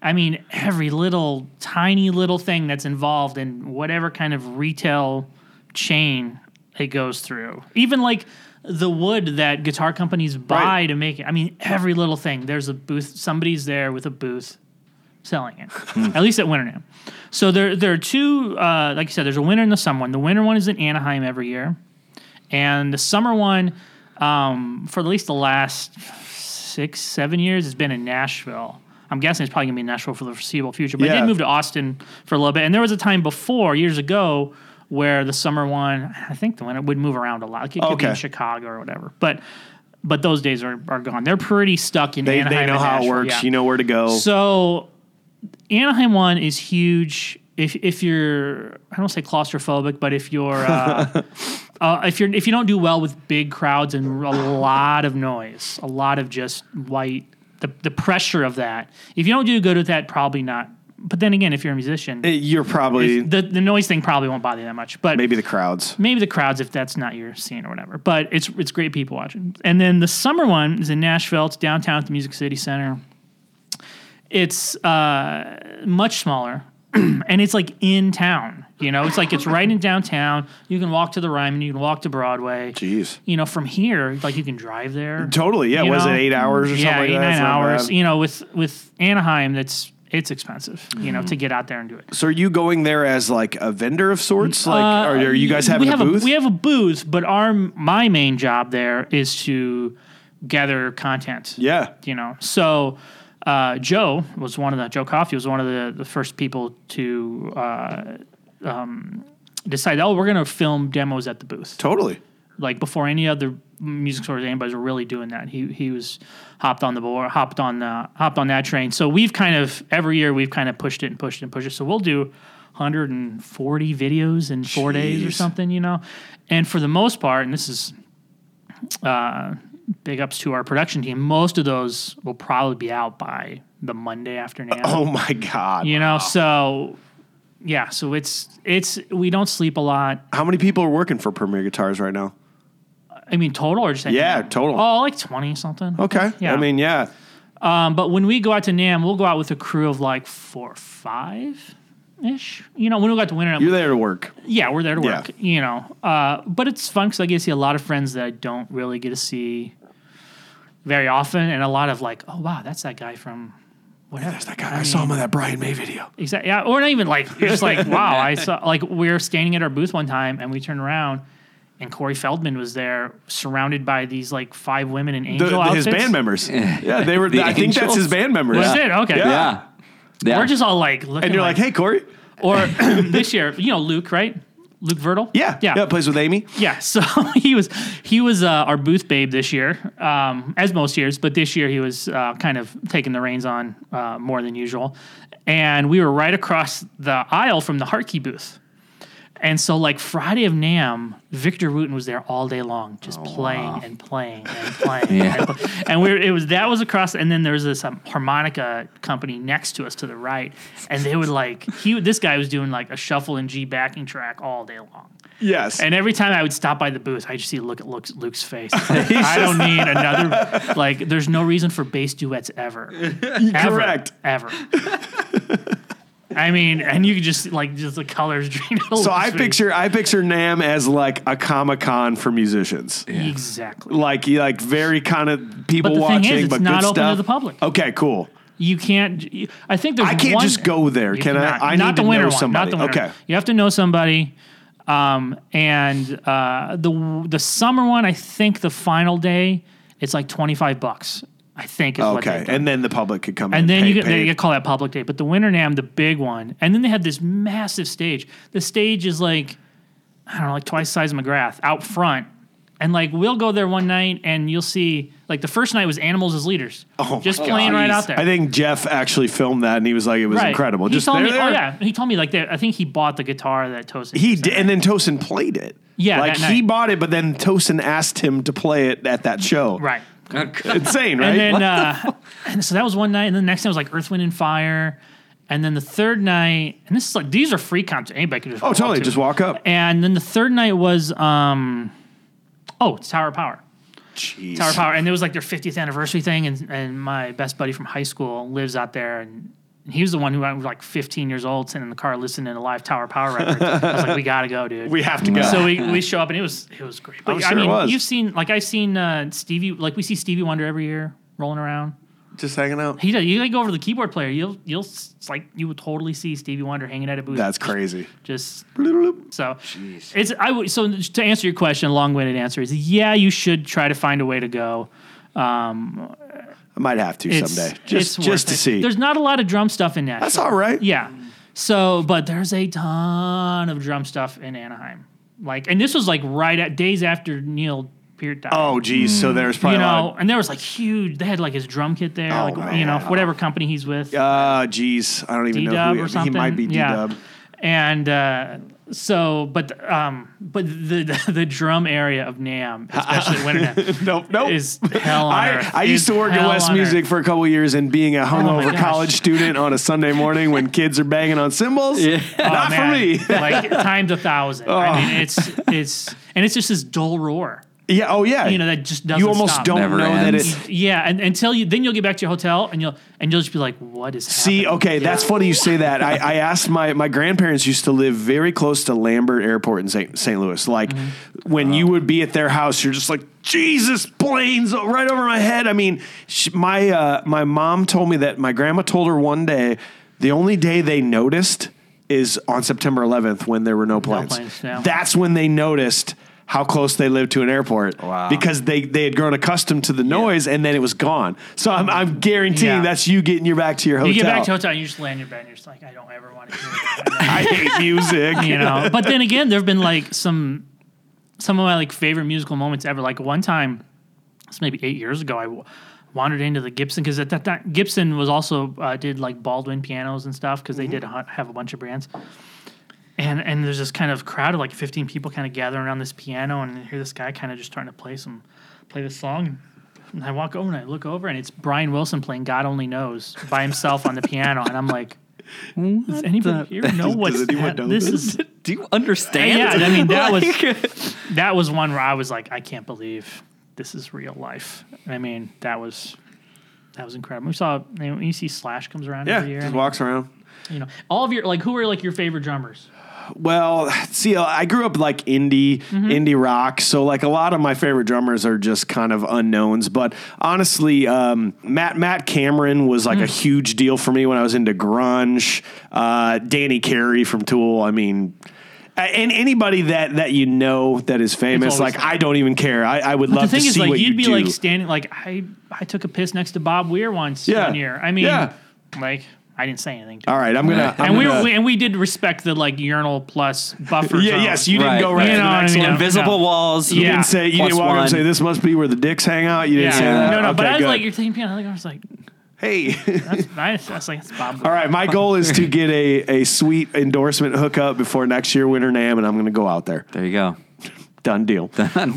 S4: I mean, every little tiny little thing that's involved in whatever kind of retail chain it goes through. Even like the wood that guitar companies buy
S2: Right.
S4: to make it. I mean, every little thing. There's a booth. Somebody's there with a booth
S2: [laughs]
S4: selling it. at least at Winternam. So there, there are two. Uh, like you said, there's a winter and the summer one. The winter one is in Anaheim every year, and the summer one, um, for at least the last six, seven years, has been in Nashville. I'm guessing it's probably gonna be in Nashville for the foreseeable future. But I
S2: Yeah.
S4: did move to Austin for a little bit, and there was a time before years ago where the summer one, I think the winter would move around a lot. Like it could be in
S2: Okay.
S4: Chicago or whatever, but. But those days are, are gone. They're pretty stuck in
S2: They,
S4: Anaheim.
S2: they know
S4: and
S2: how it
S4: Nashville,
S2: works.
S4: yeah.
S2: You know where to go.
S4: So Anaheim one is huge. If if you're, I don't say claustrophobic, but if you're, uh, uh, if you're, if you don't do well with big crowds and a lot of noise, a lot of just white, the the pressure of that. If you don't do good with that, probably not. But then again, if you're a musician,
S2: You're probably
S4: the the noise thing probably won't bother you that much. But
S2: maybe the crowds.
S4: maybe the crowds if that's not your scene or whatever. But it's it's great people watching. And then the summer one is in Nashville. It's downtown at the Music City Center. It's uh, much smaller, [clears throat] and it's like in town. You know, it's like it's right in downtown. You can walk to the Ryman. You can walk to Broadway.
S2: Jeez.
S4: You know, from here, like you can drive there.
S2: Totally. Yeah.
S4: you
S2: Was
S4: know?
S2: it eight hours or
S4: yeah,
S2: something like
S4: eight,
S2: that? It's
S4: nine
S2: not
S4: hours.
S2: bad.
S4: You know, with with Anaheim, that's it's expensive. You know, to
S2: Mm.
S4: get out there and do it.
S2: So are you going there as like a vendor of sorts? Like,
S4: Uh,
S2: are, are you guys having
S4: we have
S2: a booth?
S4: we have a booth, but our my main job there is to gather content.
S2: yeah.
S4: You know, so uh, Joe was one of the Joe Coffey was one of the, the first people to uh, um, decide. Oh, we're going to film demos at the booth.
S2: Totally. [laughs]
S4: Like before any other music stores, anybody's were really doing that. He he was hopped on the board, hopped on the hopped on that train. So we've kind of every year we've kind of pushed it and pushed it and pushed it. So we'll do 140 videos in four days or
S2: Jeez.
S4: something, you know. And for the most part, and this is uh, big ups to our production team. Most of those will probably be out by the Monday afternoon.
S2: Oh my God.
S4: You know, so yeah, so it's it's we don't sleep a lot.
S2: How many people are working for Premier Guitars right now?
S4: I mean, total or just
S2: Yeah,
S4: anything?
S2: total.
S4: Oh, like twenty something.
S2: Okay.
S4: Yeah.
S2: I mean, yeah.
S4: Um, but when we go out to Nam, we'll go out with a crew of like four, or five ish. You know, when we go out to Winter,
S2: You're there to work.
S4: yeah, we're there to
S2: Yeah.
S4: work. You know, uh, but it's fun because I get to see a lot of friends that I don't really get to see very often, and a lot of like, oh wow, that's that guy from whatever.
S2: There's that guy. I, saw him in that Brian May video.
S4: Exactly. Yeah, or not even like you're
S2: [laughs]
S4: just like wow. I saw like we were standing at our booth one time and we turned around and Corey Feldman was there, surrounded by these like five women in
S2: The-
S4: angel
S2: the-
S4: outfits.
S2: his band members. Yeah, they were.
S3: [laughs] The
S2: I think that's
S3: Angels?
S2: his band members.
S4: Was it okay?
S2: Yeah.
S3: yeah. Yeah.
S4: We're just all like looking.
S2: And you're like, hey, Corey.
S4: or [clears throat] this year, you know, Luke, right? Luke Vertel.
S2: Yeah.
S4: yeah, yeah. [laughs]
S2: Plays with Amy.
S4: so he was he was uh, our booth babe this year, um, as most years, but this year he was uh, kind of taking the reins on uh, more than usual, and we were right across the aisle from the Harkey booth. And so, like Friday of Nam, Victor Wooten was there all day long, just playing and playing and playing. and, play- and we were, it was that was across, and then there was this um, harmonica company next to us to the right, and they would like he this guy was doing like a shuffle and G backing track all day long.
S2: Yes.
S4: And every time I would stop by the booth, I just see look at Luke's,
S2: [laughs]
S4: Luke's face. I don't need another. Like, there's no reason for bass duets ever.
S2: [laughs]
S4: ever,
S2: correct.
S4: Ever. I mean, and you could just like just the colors [laughs] drain. out of
S2: so I
S4: Luke's face.
S2: picture I picture Nam as like a Comic Con for musicians.
S4: exactly.
S2: Like you like very kind of people
S4: But the
S2: watching,
S4: thing is, it's
S2: but
S4: not
S2: good
S4: open
S2: stuff.
S4: to the public.
S2: Okay, cool.
S4: You can't. you- I think there's.
S2: I can't
S4: one-
S2: just go there,
S4: You
S2: can I?
S4: cannot.
S2: I
S4: not
S2: need
S4: the
S2: to
S4: winter
S2: know
S4: one.
S2: somebody.
S4: Not the winter.
S2: Okay.
S4: You have to know somebody. Um, and uh, the the summer one, I think the final day, it's like twenty five bucks. I think is what
S2: Okay,
S4: they've done.
S2: and then the public could come
S4: And
S2: in
S4: then
S2: pay-
S4: you, get,
S2: pay.
S4: they get call that public day, but the Winter Nam, the big one, and then they had this massive stage. The stage is like, I don't know, like twice the size of McGrath out front, and like we'll go there one night, and you'll see like the first night was Animals as Leaders,
S2: Oh,
S4: just
S2: my
S4: playing right
S3: geez.
S4: out there.
S2: I think Jeff actually filmed that, and he was like, "It was
S4: Right.
S2: incredible."
S4: He
S2: Just
S4: told
S2: there,
S4: me,
S2: there.
S4: oh yeah, he told me like that. I think he bought the guitar that Tosin.
S2: He
S4: used
S2: did,
S4: that
S2: and then Tosin played it.
S4: Yeah,
S2: like
S4: that
S2: he
S4: night.
S2: bought it, but then Tosin asked him to play it at that show.
S4: night. right.
S2: [laughs] Uh, insane, right?
S4: And then, uh, and so that was one night. And then the next night was like Earth, Wind, and Fire. And then the third night, and this is like, these are free concerts. Anybody can just
S2: oh,
S4: walk
S2: totally.
S4: to.
S2: Just walk up.
S4: And then the third night was, um, oh, it's Tower of Power.
S2: Jeez.
S4: Tower of Power. And it was like their 50th anniversary thing. And, and my best buddy from high school lives out there. And And he was the one who I was like 15 years old, sitting in the car listening to Live Tower Power records. I was like, we gotta go, dude.
S2: We have to go.
S4: so we, we show up and it was it was great. But
S2: I'm
S4: I
S2: sure it
S4: mean,
S2: was.
S4: you've seen like I've seen uh, Stevie like we see Stevie Wonder every year rolling around.
S2: just hanging out.
S4: He does. You like go over to the keyboard player. You'll you'll s- it's like you would totally see Stevie Wonder hanging at a booth.
S2: That's crazy.
S4: just
S2: Bloop.
S4: so it's I would so to answer your question, long winded answer is yeah, you should try to find a way to go.
S2: I might have to
S4: It's,
S2: someday.
S4: it's
S2: Just
S4: worth
S2: just to
S4: it.
S2: see.
S4: There's not a lot of drum stuff in Nashville.
S2: That's all right.
S4: Yeah. So, but there's a ton of drum stuff in Anaheim. Like, and this was like right at days after Neil Peart died.
S2: Oh geez. So there's
S4: Hmm. you
S2: probably a lot
S4: know,
S2: of-
S4: and there was like huge. They had like his drum kit there,
S2: Oh,
S4: like
S2: man.
S4: you know, whatever company he's with,
S2: uh geez. I don't even
S4: D
S2: know
S4: Dub
S2: who
S4: or
S2: he, he
S4: something.
S2: might be D
S4: Yeah.
S2: Dub.
S4: And uh, so, but um, but the, the the drum area of
S2: [laughs]
S4: Nam, especially when
S2: Nope, nope.
S4: is hell on
S2: I,
S4: earth.
S2: I
S4: Is
S2: used to work at
S4: hell
S2: West
S4: on
S2: Music
S4: earth. Oh
S2: for a couple years, and being a hungover
S4: gosh.
S2: college student on a Sunday morning when kids are banging on cymbals,
S4: Oh,
S2: not for
S4: man.
S2: me.
S4: [laughs]
S2: Oh.
S4: like times a thousand. I mean, it's it's and it's just this dull roar.
S2: Yeah. Oh yeah.
S4: You know, that just doesn't
S2: you almost
S4: stop.
S2: don't
S3: Never
S2: know
S3: ends.
S2: that it.
S4: Yeah, and until you then you'll get back to your hotel and you'll and you'll just be like, what is
S2: See,
S4: happening?
S2: okay, that's funny you say that. I,
S4: [laughs]
S2: I asked my my grandparents used to live very close to Lambert Airport in St. St. Louis. Like
S4: Mm-hmm.
S2: when
S4: Oh.
S2: you would be at their house, you're just like Jesus planes uh, right over my head. I mean, sh my uh, my mom told me that my grandma told her one day the only day they noticed is on September 11th when there were no planes.
S4: planes, yeah.
S2: That's when they noticed. How close they lived to an airport
S3: Wow.
S2: because they, they had grown accustomed to the noise and then it was gone. So I'm, I'm guaranteeing
S4: Yeah.
S2: that's you getting your back to your hotel.
S4: You get back to hotel and you just land your bed and you're just like, I don't ever want to hear that.
S2: I
S4: [laughs]
S2: hate music. [laughs]
S4: you know. But then again, there have been like some some of my like favorite musical moments ever. Like one time, it's maybe eight years ago, I w- wandered into the Gibson because at that time Gibson was also uh, did like Baldwin pianos and stuff because
S2: Mm-hmm.
S4: they did a, hun- have a bunch of brands. And and there's this kind of crowd of like 15 people kind of gathering around this piano and I hear this guy kind of just starting to play some play this song. And I walk over and I look over and it's Brian Wilson playing God Only Knows by himself on the piano and I'm
S2: [laughs]
S4: like. Does anybody here know what
S2: does anyone know
S4: this
S2: this?
S4: is?
S3: Do you understand?
S4: Yeah, I mean,
S2: [laughs]
S4: that was-
S3: was
S4: that was one where I was like, I can't believe this is real life. I mean, that was that was incredible. We saw you, know, you see Slash comes around
S2: Yeah,
S4: every year.
S2: just walks around.
S4: You know, all of your like, who were like your favorite drummers?
S2: Well, see, uh, I grew up like indie,
S4: Mm-hmm.
S2: indie rock. So, like, a lot of my favorite drummers are just kind of unknowns. But honestly, um, Matt Matt Cameron was like a
S4: Mm.
S2: huge deal for me when I was into grunge. Uh, Danny Carey from Tool. I mean, a- and anybody that that you know that is famous, like,
S4: always like-
S2: I don't even care. I, I would love
S4: the thing
S2: to
S4: is,
S2: see
S4: like,
S2: what
S4: you'd
S2: you
S4: be
S2: do.
S4: like standing, like I I took a piss next to Bob Weir once
S2: Yeah.
S4: one year. I mean,
S2: Yeah.
S4: like I didn't say anything. to him.
S2: All right, I'm gonna. I'm
S4: and we,
S2: gonna-
S4: were, we and we did respect the like urinal plus buffer.
S2: yeah,
S4: zone.
S2: yes, you didn't
S3: Right.
S2: go right
S4: You
S2: to
S4: know
S2: the
S4: what I
S2: next
S4: mean?
S2: one.
S3: invisible
S4: No.
S3: walls.
S4: Yeah.
S2: You didn't say you
S3: Plus
S2: didn't walk up
S3: one.
S2: and say this must be where the dicks hang out. You didn't
S4: Yeah.
S2: say that.
S4: No, no, but
S2: Okay,
S4: I was
S2: good. [laughs]
S4: like, you're taking piano. I was like,
S2: hey.
S4: that's nice. I was like, that's Bob. Weir.
S2: All right, my goal is to get a a sweet endorsement hookup before next year Winter Nam, and I'm going to go out there.
S3: There
S2: [laughs]
S3: you go.
S2: Done deal.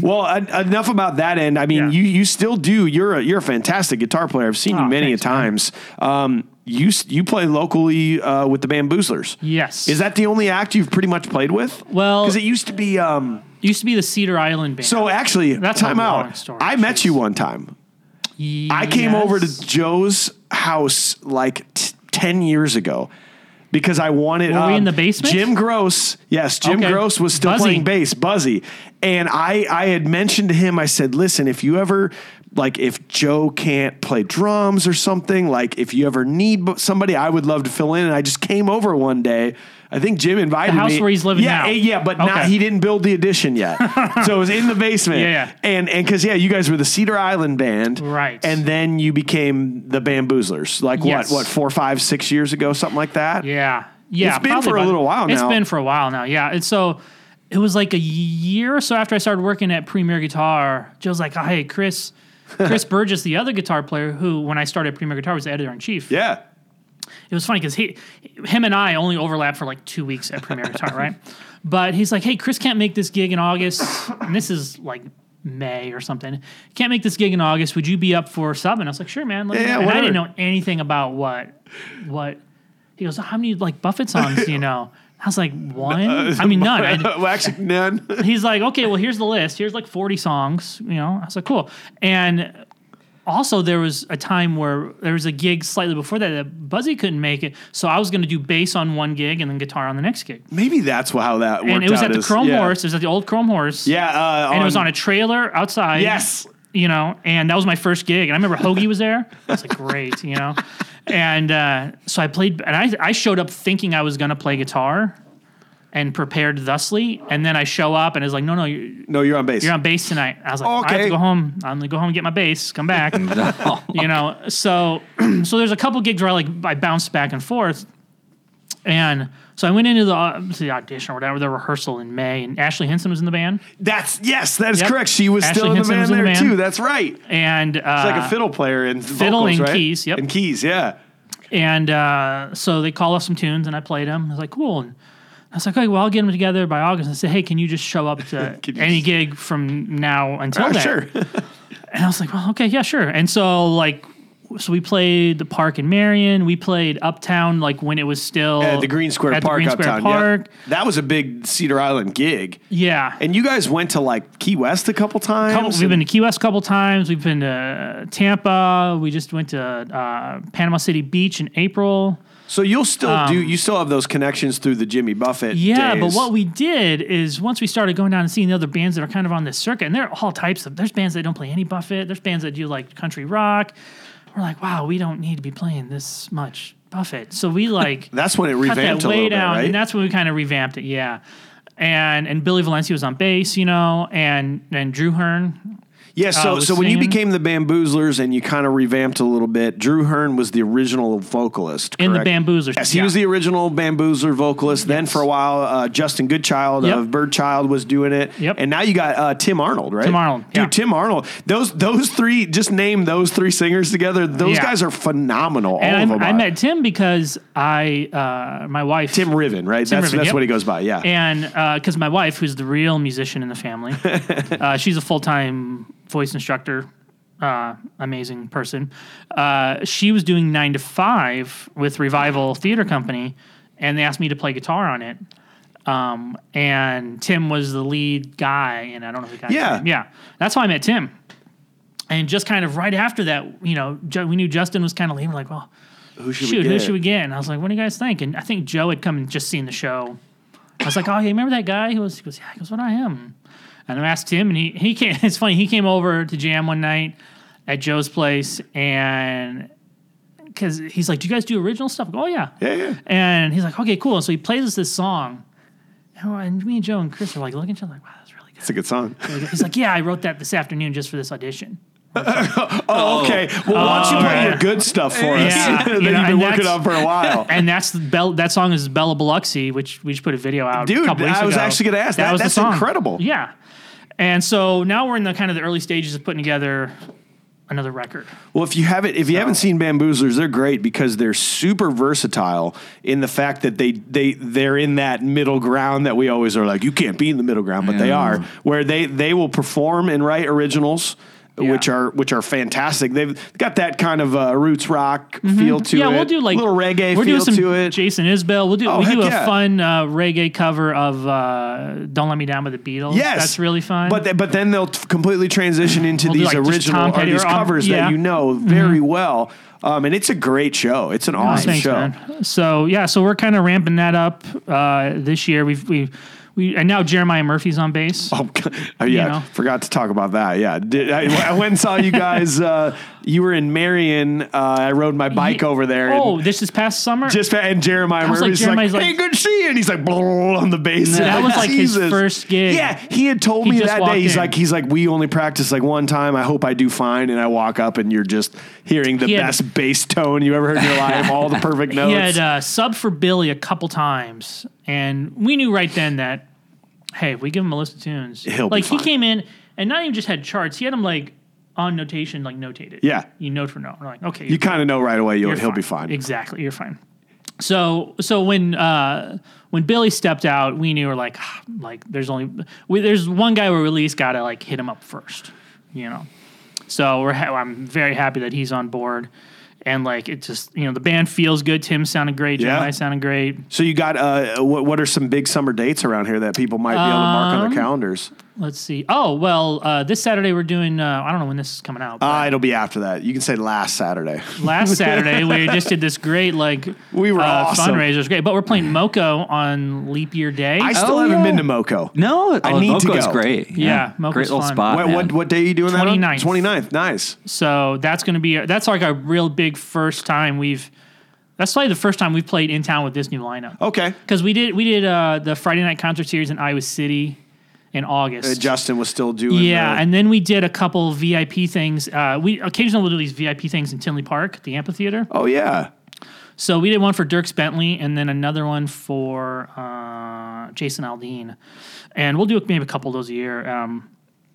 S2: Well, en- enough about that end. I mean,
S4: Yeah.
S2: you you still do. You're a, you're a fantastic guitar player. I've seen
S4: Aw,
S2: you many
S4: thanks,
S2: a times. Um, you s- you play locally uh, with the Bamboozlers.
S4: Yes.
S2: Is that the only act you've pretty much played with?
S4: Well-
S2: because it used to be. Um,
S4: used to be the Cedar Island band?
S2: so actually,
S4: That's a
S2: time
S4: long
S2: out.
S4: story,
S2: I met
S4: jeez.
S2: you one time. I came
S4: Yes.
S2: over to Joe's house like t- 10 years ago because I wanted. um,
S4: Were we in the basement?
S2: Jim Gross. Yes, Jim
S4: Okay.
S2: Gross was still
S4: Buzzy.
S2: playing bass, Buzzy. And I, I had mentioned to him, I said, listen, if you ever, like, if Joe can't play drums or something, like, if you ever need bo- somebody, I would love to fill in. And I just came over one day. I think Jim invited
S4: house
S2: me.
S4: where he's living
S2: yeah,
S4: now.
S2: eh, Yeah, but not,
S4: Okay.
S2: he didn't build the addition
S4: [laughs]
S2: yet. so it was in the basement.
S4: Yeah, yeah.
S2: And, and, cause, yeah, you guys were the Cedar Island band.
S4: Right.
S2: And then you became the Bamboozlers, like
S4: Yes.
S2: what, what, four, five, six years ago, something like that.
S4: Yeah. Yeah.
S2: It's been
S4: probably
S2: for a
S4: about-
S2: little while now.
S4: It's been for a while now. Yeah. And so it was like a year or so after I started working at Premier Guitar, Joe's like, oh, hey, Chris,
S2: [laughs]
S4: Chris Burgess, the other guitar player who, when I started Premier Guitar, was the editor in chief.
S2: Yeah. [laughs]
S4: It was funny because he, him and I only overlapped for like two weeks at Premier Guitar,
S2: [laughs]
S4: right? But he's like, hey, Chris can't make this gig in August. And this is like, May or something. Can't make this gig in August. Would you be up for subbing? I was like, sure, man. Let me
S2: Yeah, yeah,
S4: know." and I didn't
S2: whatever.
S4: know anything about what what He goes, "How many like Buffett songs
S2: [laughs]
S4: do you know?" I was like, "One." I mean, none. And
S2: well, actually, none.
S4: he's like, "Okay, well, here's the list. Here's like 40 songs." You know, I was like, "Cool." And also there was a time where there was a gig slightly before that that Buzzy couldn't make it, so I was going to do bass on one gig and then guitar on the next gig.
S2: [laughs] Maybe that's wh- how that worked
S4: And it was
S2: out
S4: at the
S2: is-
S4: Chrome
S2: yeah.
S4: Horse. It was at the old Chrome Horse.
S2: Yeah, uh,
S4: and it was on a trailer outside.
S2: Yes.
S4: You know, and that was my first gig. And I remember Hoagie was there. I was like, great, you know? And uh, so I played, and I, I showed up thinking I was going to play guitar and prepared thusly. And then I show up and it's like, no, no, you're,
S2: no, you're on base.
S4: you're on bass tonight. I was like, I have
S2: Okay.
S4: to go home. I'm going to go home and get my bass,
S2: [laughs]
S4: come back. you know, so, [clears throat] so there's a couple gigs where I like, I bounced back and forth. And so I went into the, au- the audition or whatever, the rehearsal in May, and Ashley Henson was in the band.
S2: that's yes, that is
S4: Yep.
S2: correct. She was
S4: Ashley
S2: still in the
S4: Henson
S2: band
S4: was in
S2: there
S4: the band.
S2: too. That's right. It's
S4: and uh,
S2: like a fiddle player and
S4: fiddle
S2: vocals,
S4: and
S2: right?
S4: keys, yep.
S2: And keys. Yeah.
S4: and uh, so they call us some tunes, and I played them. I was like, cool. And I was like, okay, well, I'll get them together by August. And I said, hey, can you just show up to
S2: [laughs] Can you
S4: any
S2: just-
S4: gig from now
S2: [laughs]
S4: until
S2: Oh,
S4: then?
S2: sure.
S4: And I was like, well, okay, yeah, sure. And so like, so we played the park in Marion. We played Uptown, like when it was still
S2: At the Green Square
S4: at the
S2: Park
S4: Green Square
S2: uptown.
S4: Park.
S2: Yep. That was a big Cedar Island gig.
S4: Yeah.
S2: And you guys went to like Key West a couple times.
S4: Couple- we've
S2: and-
S4: been to Key West a couple times. We've been to Tampa. We just went to uh, Panama City Beach in April.
S2: so you'll still do. You still have those connections through the Jimmy Buffett.
S4: Um, Yeah,
S2: days.
S4: but what we did is once we started going down and seeing the other bands that are kind of on this circuit, and they're all types of. There's bands that don't play any Buffett. There's bands that do like country rock. We're like, wow, we don't need to be playing this much Buffett. So
S2: [laughs]
S4: we like
S2: that's when it revamped a little bit, right?
S4: and that's when we kind of revamped it. Yeah, and and Billy Valencia was on bass, you know, and and Drew Hearn.
S2: Yeah, so
S4: was
S2: so when you
S4: singing.
S2: became the Bamboozlers and you kind of revamped a little bit, Drew Hearn was the original vocalist
S4: In the
S2: correct?
S4: Bamboozlers,
S2: Yes, he
S4: yeah.
S2: was the original Bamboozler vocalist. Then for a while, uh, Justin Goodchild
S4: Yep.
S2: of Birdchild was doing it.
S4: Yep.
S2: And now you got uh, Tim Arnold, right?
S4: Tim Arnold,
S2: dude.
S4: yeah.
S2: Tim Arnold. Those those three. Just name those three singers together. Those
S4: Yeah.
S2: guys are phenomenal. all
S4: And
S2: of them.
S4: I, I
S2: are.
S4: met Tim because I uh, my wife
S2: Tim Riven, right? that's
S4: Riven,
S2: that's
S4: yep.
S2: what he goes by. Yeah.
S4: and because my wife, who's the real musician in
S2: [laughs]
S4: the family, uh, she's a full time voice instructor, uh, amazing person. Uh, she was doing nine to five with Revival Theater Company, and they asked me to play guitar on it. Um, and Tim was the lead guy, and I don't know who the guy.
S2: Yeah.
S4: yeah, that's how I met Tim. And just kind of right after that, you know, Ju- we knew Justin was kind of leaving. Like, well,
S2: who should
S4: shoot,
S2: we
S4: who
S2: get?
S4: should we get? And I was like, what do you guys think? And I think Joe had come and just seen the show. I was like, oh, hey, remember that guy? He was, he goes, yeah, he goes, what I am. And I asked him, and he, he came, [laughs] it's funny, he came over to jam one night at Joe's place, and because he's like, do you guys do original stuff? I go, oh, yeah.
S2: Yeah, yeah.
S4: And he's like, okay, cool. And so he plays us this song. And we're- and me and Joe and Chris are like looking at each other like, wow, that's really good.
S2: It's a good song.
S4: Really good. He's like, yeah, I wrote that this afternoon just for this audition.
S2: Oh, okay. Well, why don't you play
S4: yeah.
S2: your good stuff for us
S4: Yeah,
S2: [laughs] that
S4: you
S2: you've
S4: know,
S2: been
S4: and
S2: working
S4: that's-
S2: on for a
S4: [laughs]
S2: while?
S4: and that's the Bell. That song is Bella Biloxi, which we just put a video out.
S2: Dude,
S4: a couple weeks
S2: I was
S4: ago.
S2: actually gonna ask. That-
S4: was the
S2: that's
S4: song.
S2: incredible.
S4: Yeah, and so now we're in the kind of the early stages of putting together another record.
S2: Well, if you haven't if you haven't seen Bamboozlers, they're great because they're super versatile in the fact that they they they're in that middle ground that we always are like you can't be in the middle ground, but they
S3: Yeah.
S4: Mm.
S2: are where they they will perform and write originals. Which
S4: Yeah.
S2: are which are fantastic. They've got that kind of uh, roots rock feel to
S4: Mm-hmm. yeah,
S2: it.
S4: we'll do like
S2: little reggae
S4: We're
S2: feel
S4: doing some
S2: to it.
S4: Jason Isbell. We'll do
S2: Oh,
S4: we do
S2: heck
S4: a
S2: yeah.
S4: fun uh, reggae cover of uh, "Don't Let Me Down" by the Beatles.
S2: Yes,
S4: that's really fun.
S2: But th- but then they'll t- completely transition into
S4: We'll do,
S2: these
S4: like, just
S2: original
S4: Tom
S2: or
S4: Petty
S2: these
S4: or, um,
S2: covers
S4: yeah. Mm-hmm.
S2: that you know very well. Um, and it's a great show. It's an
S4: Oh,
S2: awesome
S4: thanks,
S2: show.
S4: man. So yeah, so we're kind of ramping that up uh, this year. We've we we and now Jeremiah Murphy's on bass.
S2: [laughs] Oh, God. Oh, yeah,
S4: know?
S2: forgot to talk about that. Yeah, Did, I, I went and saw you guys. Uh, you were in Marion. Uh, I rode my bike
S4: Ye-
S2: over there.
S4: Oh,
S2: and
S4: this is past summer.
S2: just and Jeremiah
S4: was like,
S2: Murphy's like,
S4: Jeremiah's like-
S2: "Hey, good to see you," and he's like, "Blah," on the bass.
S4: That
S2: I'm
S4: was like his
S2: "Jesus."
S4: first gig.
S2: Yeah, he had told
S4: He
S2: me
S4: just
S2: that
S4: walked
S2: day. He's
S4: in.
S2: like, he's like, "We only practice like one time. I hope I do fine." And I walk up, and you're just hearing the
S4: He had-
S2: best bass tone you ever heard in your
S4: [laughs]
S2: life. All the perfect notes.
S4: he had uh, sub for Billy a couple times, and we knew right then that hey, if we give him a list of tunes,
S2: He'll be
S4: like
S2: fine.
S4: he came in and not even just had charts, he had them like on notation, like notated.
S2: Yeah.
S4: you note for note. We're like, okay,
S2: you kind of know right away. You'll,
S4: you're
S2: he'll be fine.
S4: Exactly, you're fine. So so when uh, when Billy stepped out, we knew we're like "Ah, like there's only we, there's one guy we release got to like hit him up first, you know. So we're ha- I'm very happy that he's on board, and like it just you know the band feels good. Tim sounded great. John
S2: Yeah.
S4: and I sounded great.
S2: So you got uh, what? What are some big summer dates around here that people might be able to mark
S4: Um,
S2: on their calendars?
S4: Let's see. Oh well, uh, this Saturday we're doing. Uh, I don't know when this is coming out. but
S2: Uh, it'll be after that. You can say last Saturday. [laughs]
S4: last Saturday we just did this great like
S2: Uh, We were awesome.
S4: fundraiser. It was great, but we're playing Moco on Leap Year Day.
S2: I still
S3: Oh,
S2: haven't
S3: yeah.
S2: been to Moco.
S3: No,
S2: I
S3: oh,
S2: need to
S3: Moco's
S2: go.
S3: great.
S4: Yeah, Moco's
S3: great little
S4: fun.
S3: spot.
S2: What, what
S3: man.
S2: what day are you doing that?
S4: 29th.
S2: 29th. Nice.
S4: So that's going to be that's like a real big first time we've. That's probably the first time we've played in town with this new lineup.
S2: Okay.
S4: Because we did we did uh, the Friday night concert series in Iowa City in August.
S2: Uh, Justin was still doing.
S4: yeah,
S2: the-
S4: and then we did a couple VIP things. Uh, we occasionally will do these VIP things in Tinley Park, the amphitheater.
S2: oh yeah.
S4: So we did one for Dirks Bentley, and then another one for uh, Jason Aldean, and we'll do maybe a couple of those a year. Um,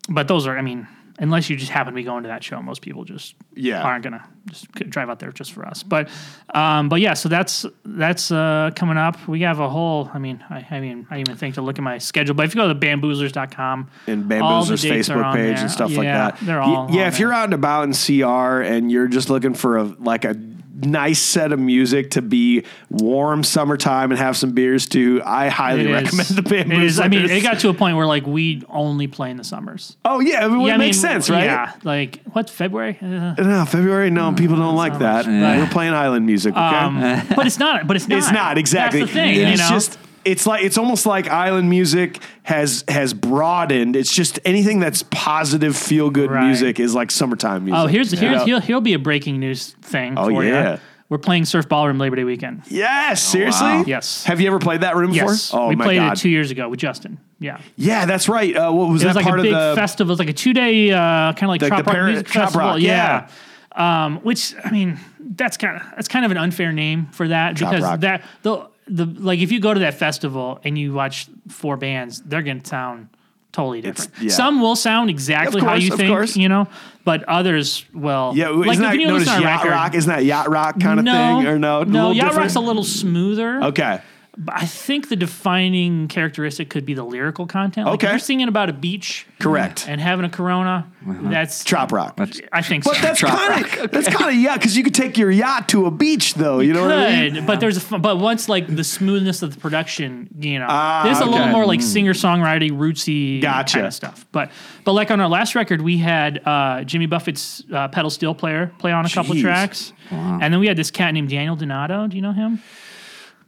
S4: but those are, I mean, unless you just happen to be going to that show, most people just
S2: Yeah.
S4: aren't gonna just c- drive out there just for us. But um, but yeah, so that's that's uh, coming up. We have a whole. I mean, I, I mean, I even think to look at my schedule. But if you go to bamboozlers.com
S2: And
S4: all the
S2: Bamboozler's
S4: dates are
S2: Facebook
S4: on
S2: page
S4: there.
S2: and stuff like
S4: Yeah,
S2: that.
S4: They're
S2: Y-
S4: all
S2: yeah,
S4: on
S2: if you're
S4: there.
S2: out and about in CR and you're just looking for a like a nice set of music to be warm summertime and have some beers to, I highly
S4: It is-
S2: recommend the Bamboozlers.
S4: it is- I mean, it got to a point where like we only play in the summers.
S2: Oh yeah, I mean, it
S4: Yeah, I
S2: makes
S4: mean,
S2: sense, right?
S4: Yeah, like what February?
S2: [laughs]
S4: Uh,
S2: No, February. No, people don't like that.
S3: Yeah.
S2: We're playing island music. Okay,
S4: but it's not. But it's not.
S2: Um, it's not exactly.
S4: That's the thing.
S2: It's
S4: You know,
S2: just. It's like it's almost like island music has has broadened. It's just anything that's positive, feel good
S4: Right.
S2: music is like summertime music.
S4: oh, here's
S2: you
S4: here's
S2: know?
S4: he'll he'll be a breaking news thing.
S2: Oh,
S4: for
S2: yeah.
S4: you. We're playing Surf Ballroom Labor Day weekend.
S2: Yes, seriously.
S3: wow.
S4: Yes.
S2: Have you ever played that room
S4: Yes,
S2: before? Oh
S4: we
S2: my
S4: played
S2: god.
S4: it two years ago with Justin. Yeah,
S2: yeah, that's right. Uh, what was
S4: it
S2: that
S4: was like
S2: part
S4: a big
S2: of the?
S4: festival. It was like a two day uh, kind of
S2: Like
S4: like,
S2: the
S4: trap rock
S2: parent-
S4: music
S2: trap
S4: festival.
S2: rock,
S4: yeah. Um, which I mean, that's kind of that's kind of an unfair name for that because
S2: rock.
S4: that the the like if you go to that festival and you watch four bands, they're going to sound totally
S2: It's-
S4: different.
S2: yeah.
S4: Some will sound exactly how
S2: course,
S4: you
S2: of
S4: think,
S2: course.
S4: you know, but others will.
S2: yeah,
S4: like
S2: isn't that
S4: if you
S2: known as
S4: listen to our
S2: yacht
S4: record-
S2: rock? Isn't that yacht rock kind of
S4: no,
S2: thing or no? A
S4: No,
S2: little
S4: yacht
S2: different?
S4: rock's a little smoother.
S2: Okay.
S4: But I think the defining characteristic could be the lyrical content. Like
S2: Okay.
S4: if you're singing about a beach,
S2: Correct.
S4: and having a Corona, that's
S2: Trap rock.
S4: I think
S2: But
S4: so.
S2: that's
S3: Trap
S2: kind of that's kind of yeah, because you could take your yacht to a beach though. You, know
S4: Good,
S2: what I mean?
S4: but there's a fu- but once like the smoothness of the production, you know,
S2: Ah,
S4: this is a little
S2: okay.
S4: more like singer songwriting rootsy
S2: Gotcha.
S4: kind of stuff. But but like on our last record, we had uh, Jimmy Buffett's uh, pedal steel player play on a couple
S2: Jeez.
S4: tracks, and then we had this cat named Daniel Donato. Do you know him?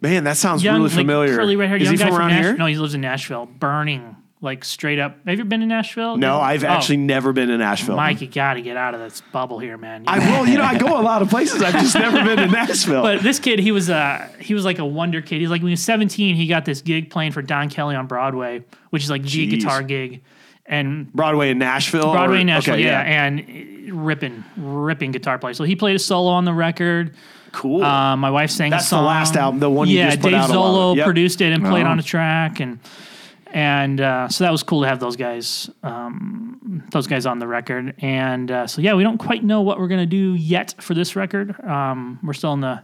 S2: Man, that sounds really
S4: like,
S2: familiar.
S4: curly red hair.
S2: Is
S4: young
S2: he
S4: guy
S2: from around
S4: Nash-
S2: here?
S4: No, he lives in Nashville. Burning like straight up. Have you been to Nashville?
S2: No, I've
S4: Oh,
S2: actually never been to Nashville.
S4: Mike, you got to get out of this bubble here, man. You
S2: I will. You know, I go a lot of places. I've just never been
S4: [laughs]
S2: to Nashville.
S4: But this kid, he was uh he was like a wonder kid. He's like when he was 17, he got this gig playing for Don Kelly on Broadway, which is like G
S2: Jeez.
S4: guitar gig, and
S2: Broadway in Nashville.
S4: Broadway
S2: or-
S4: and Nashville,
S2: okay,
S4: yeah, and ripping, ripping guitar player. So he played a solo on the record.
S2: cool.
S4: Uh, my wife sang.
S2: That's
S4: a
S2: the
S4: song.
S2: last album, the one you
S4: Yeah,
S2: just put
S4: Dave
S2: out a while
S4: Zolo
S2: ago. Yep.
S4: produced it and played
S3: Oh.
S4: on a track, and and uh, so that was cool to have those guys, um, those guys on the record. And uh, so yeah, we don't quite know what we're gonna do yet for this record. Um, we're still in the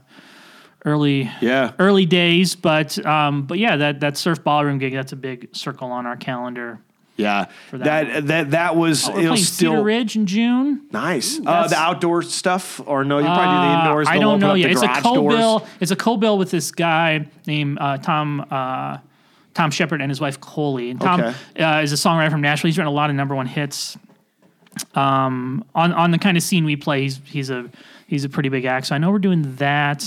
S4: early
S2: yeah.
S4: early days, but um, but yeah, that that surf ballroom gig that's a big circle on our calendar.
S2: Yeah.
S4: that. Oh,
S2: That, that that was
S4: We're
S2: it
S4: playing
S2: was
S4: Cedar
S2: still
S4: Ridge in June.
S2: nice. Uh,
S4: that's-
S2: the outdoor stuff, or no? You probably do the
S4: Uh,
S2: indoors.
S4: I
S2: they'll
S4: don't
S2: open
S4: know
S2: up
S4: yet.
S2: The
S4: It's a
S2: garage
S4: co
S2: doors.
S4: bill. It's a co bill with this guy named uh, Tom uh, Tom Shepard and his wife Coley. And Tom
S2: Okay.
S4: uh, is a songwriter from Nashville. He's written a lot of number one hits. Um, on on the kind of scene we play, he's he's a he's a pretty big act. So I know we're doing that.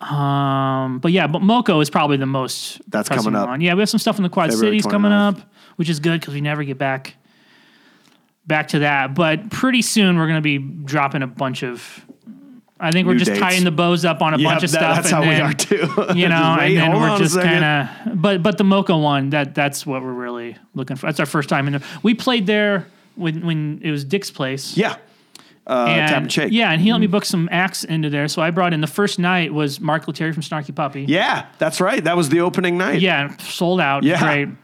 S4: Um, but yeah, but Moco is probably the most
S2: That's
S4: pressing
S2: coming up.
S4: One. Yeah, we have some stuff in the Quad
S2: February
S4: Cities coming
S2: 29th.
S4: up, which is good because we never get back back to that. But pretty soon we're going to be dropping a bunch of. I think we're
S2: New
S4: just
S2: dates.
S4: tying the bows up on a
S2: Yeah,
S4: bunch of
S2: that-
S4: stuff.
S2: That's
S4: and
S2: how
S4: then,
S2: we are too.
S4: [laughs] You know,
S2: [laughs] Just wait,
S4: and then
S2: hold
S4: we're
S2: on a
S4: just
S2: second.
S4: kind of. But but the Mocha one that that's what we're really looking for. That's our first time in. there. We played there when when it was Dick's place
S2: yeah. Uh,
S4: and,
S2: tap and shake. Mm-hmm.
S4: Yeah, and he let me book some acts into there. So I brought in the first night was Mark Letary from Snarky Puppy.
S2: Yeah, that's right. That was the opening night.
S4: Yeah, and sold out.
S2: Yeah.
S4: Great. Um,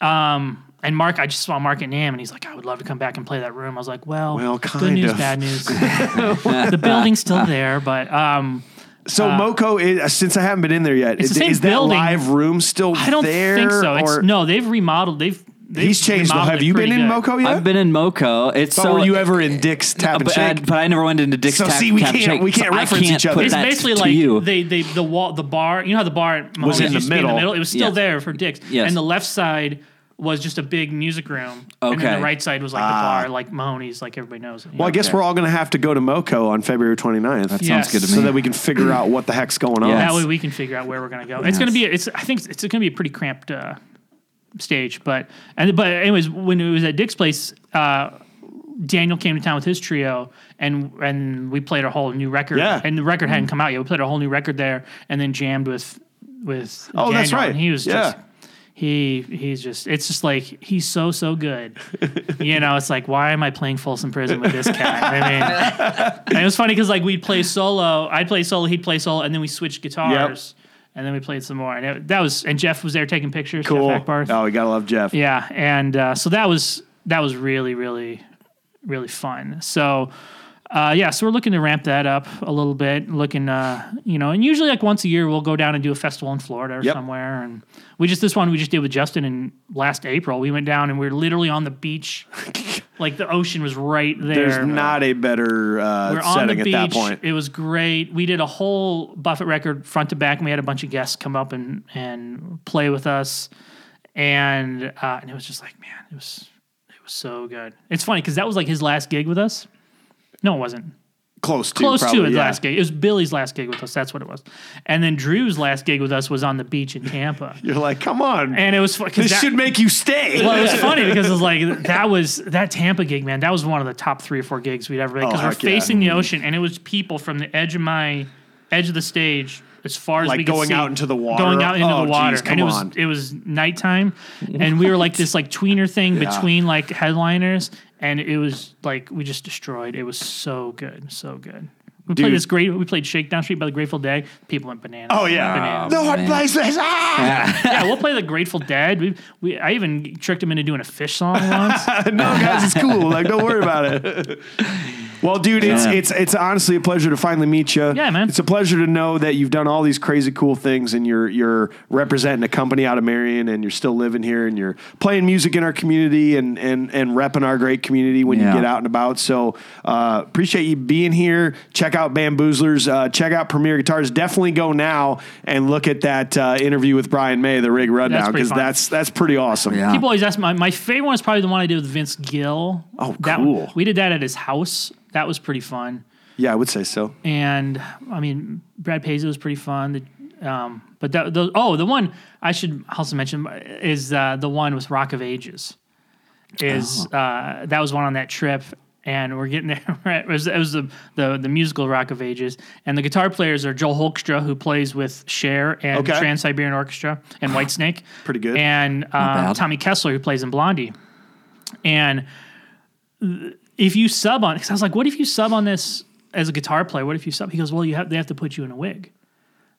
S4: and Mark, I just saw Mark at NAM, and he's like, "I would love to come back and play that room." I was like, "Well,
S2: Well,
S4: good
S2: kind
S4: news,
S2: of.
S4: bad
S2: [laughs]
S4: news. the building's still there, but um,
S2: So Moco, is, since I haven't been in there yet,
S4: it's
S2: is,
S4: the same
S2: is that
S4: building.
S2: live room still
S4: I don't
S2: there?
S4: think
S2: or-
S4: so. It's no, they've remodeled. They've they
S2: He's changed. Well,
S4: remodeled
S2: have
S4: it
S2: you been
S4: pretty
S2: in
S4: good.
S2: Moco yet?
S3: I've been in Moco. It's
S2: But
S3: so. Uh,
S2: were you ever in Dick's Tap and
S3: but, I,
S2: Shake?
S3: but I never went into Dick's
S2: So
S3: Tap,
S2: see, we
S3: Tap and
S2: can't-
S3: Shake,
S2: we can't
S3: so I
S2: reference
S3: can't
S2: each other.
S3: put
S4: It's
S3: that
S4: basically
S3: to
S4: like
S3: you.
S4: they they the wall the bar. You know how the bar at Mahoney's
S2: in the
S4: used to be in the
S2: middle.
S4: middle. It was still
S3: Yeah.
S4: there for Dick's,
S3: Yes.
S4: and the left side was just a big music room, and then
S3: Okay.
S4: the right side was like the bar, like Mahoney's, like everybody knows.
S2: Ah. well, I guess we're all going to have to go to Moco on February 29th. That
S4: Yes.
S3: Sounds good to me.
S2: So that we can figure out what the heck's going on.
S3: Yeah.
S4: that way we can figure out where we're gonna go. It's gonna be it's I think it's, it's gonna be a pretty cramped uh, stage, but and but anyways, when it was at Dick's place, uh, Daniel came to town with his trio, and and we played a whole new record.
S2: Yeah.
S4: and the record hadn't come out yet. We played a whole new record there, and then jammed with with.
S2: Oh, that's
S4: Daniel,
S2: right.
S4: And he was just.
S2: Yeah.
S4: He he's just it's just like he's so so good, [laughs] you know. It's like why am I playing Folsom Prison with this cat? I mean, and it was funny because like we'd play solo, I'd play solo, he'd play solo, and then we switched guitars, and then we played some more, and it, that was and Jeff was there taking pictures.
S2: Cool.
S4: Jeff Ackbarth.
S2: Oh, we gotta love Jeff.
S4: Yeah, and uh, so that was that was really really really fun. So. Uh, yeah, so we're looking to ramp that up a little bit. Looking, uh, you know, and usually like once a year we'll go down and do a festival in Florida or
S2: Yep.
S4: somewhere. And we just this one we just did with Justin in last April. We went down and we were literally on
S2: [laughs]
S4: the beach, like the ocean was right there.
S2: There's not a better
S4: We
S2: uh,
S4: We're on the
S2: setting at
S4: beach.
S2: that point.
S4: It was great. We did a whole Buffett record front to back, and we had a bunch of guests come up and and play with us, and uh, and it was just like, man, it was it was so good. It's funny because that was like his last gig with us. No, it wasn't.
S2: Close to
S4: Close
S2: probably,
S4: to his
S2: yeah.
S4: last gig. It was Billy's last gig with us. That's what it was. And then Drew's last gig with us was on the beach
S2: [laughs]
S4: in Tampa.
S2: You're like, come on.
S4: And it was fu- 'cause
S2: this
S4: that-
S2: should make you stay.
S4: well, it was funny because it was like that was that Tampa gig, man. That was one of the top three or four gigs we'd ever because
S2: Oh,
S4: we're
S2: heck yeah.
S4: facing the ocean, and it was people from the edge of my edge of the stage as far as
S2: Like
S4: we could
S2: going
S4: see,
S2: out into the water?
S4: going out into
S2: Oh,
S4: the water,
S2: geez, come
S4: and it was
S2: on.
S4: it was nighttime, and we were like this like tweener thing between like headliners, and it was like we just destroyed. It was so good, so good. We played
S2: Dude.
S4: this great. We played Shakedown Street by the Grateful Dead. People went bananas.
S2: oh yeah.
S4: bananas
S2: the hot
S3: man.
S2: places. Ah!
S4: yeah, we'll play the Grateful Dead. We, we I even tricked him into doing a fish song once.
S2: no, guys, it's cool. Like, don't worry about it.
S3: [laughs]
S2: Well, dude, it's
S3: Yeah.
S2: it's it's honestly a pleasure to finally meet you.
S4: Yeah, man.
S2: It's a pleasure to know that you've done all these crazy cool things, and you're you're representing a company out of Marion, and you're still living here, and you're playing music in our community, and and and repping our great community when you
S3: Yeah.
S2: get out and about. So uh, appreciate you being here. Check out Bamboozlers. Uh, check out Premier Guitars. Definitely go now and look at that uh, interview with Brian May, the Rig Rundown,
S4: pretty
S2: because
S4: fun.
S2: that's that's pretty awesome.
S3: Yeah.
S4: People always ask my my favorite one is probably the one I did with Vince Gill.
S2: Oh,
S4: that,
S2: cool.
S4: We did that at his house. That was pretty fun.
S2: yeah, I would say so.
S4: And I mean, Brad Paisley was pretty fun. The, um, but that, those, oh, the one I should also mention is uh, the one with Rock of Ages. Is
S2: Oh.
S4: uh, that was one on that trip, and we're getting there. [laughs] right? It was, it was the, the the musical Rock of Ages, and the guitar players are Joel Holkstra, who plays with Cher and
S2: Okay.
S4: Trans Siberian Orchestra and Whitesnake.
S2: Pretty good.
S4: And um,
S3: bad.
S4: Tommy Kessler, who plays in Blondie, and if you sub on, because I was like, what if you sub on this as a guitar player? What if you sub? He goes, well, you have they have to put you in a wig.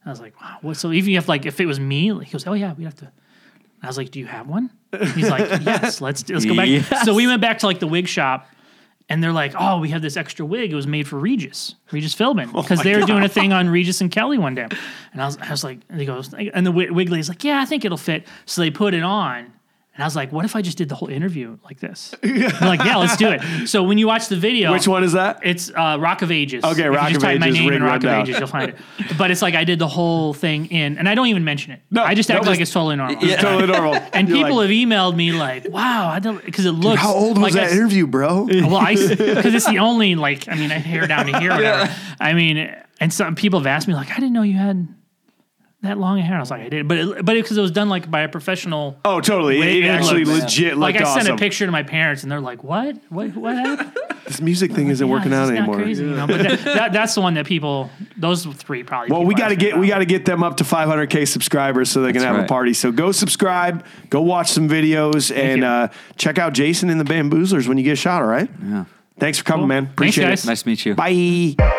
S4: I was like, wow. What, so even if like if it was me, he goes, oh yeah, we have to. I was like, do you have one?
S3: [laughs]
S4: He's like, yes. Let's do- let's go back.
S3: Yes.
S4: So we went back to like the wig shop. And they're like, oh, we have this extra wig. It was made for Regis,
S2: [laughs]
S4: Regis Philbin,
S2: Oh
S4: because they were doing a thing on Regis and Kelly one day. And I was, I was like, and he goes, and the wig wig lady's like, yeah, I think it'll fit. So they put it on. And I was like, what if I just did the whole interview like this?
S2: [laughs]
S4: They're like, yeah, let's do it. So when you watch the video,
S2: Which one is that?
S4: It's uh, Rock of Ages. If you
S2: Rock
S4: just
S2: of
S4: type my
S2: Ages,
S4: name
S2: Rig
S4: in Rock
S2: Rundown.
S4: of Ages, you'll find it. But it's like I did the whole thing in, and I don't even mention it.
S2: No,
S4: I just
S2: that
S4: act
S2: was-
S4: like it's totally normal.
S2: It's totally normal.
S4: [laughs] And
S2: You're
S4: people
S2: like,
S4: have emailed me like, "Wow, I don't," because it looks.
S2: how old was
S4: like
S2: that
S4: I s-
S2: interview, bro?
S4: Well, I because it's the only like I mean I hair down to here. or Whatever. I mean, and some people have asked me like, "I didn't know you had that long hair." And I was like, "I did," but it, but because it was done like by a professional.
S2: [laughs] Oh, totally.
S4: Way
S2: It,
S4: good
S2: actually
S4: looks.
S2: legit
S4: Like
S2: looked
S4: I sent
S2: awesome.
S4: a picture to my parents, and they're like, "What? What? What happened?"
S2: This music thing isn't working
S4: Yeah,
S2: out
S4: it's not
S2: anymore.
S4: crazy, you know, but that, that, that's the one that people. Those three probably.
S2: Well,
S4: people
S2: we got to
S4: ask me
S2: get we
S4: about.
S2: got to get them up to 500k subscribers so they can
S3: That's
S2: have a
S3: right.
S2: party. So go subscribe, go watch some videos, and
S4: you.
S2: uh, check out Jason and the Bamboozlers when you get a shot. All right. Yeah. Thanks for coming, man.
S4: Thanks,
S2: Appreciate
S4: guys.
S2: it.
S3: Nice to meet you.
S2: Bye.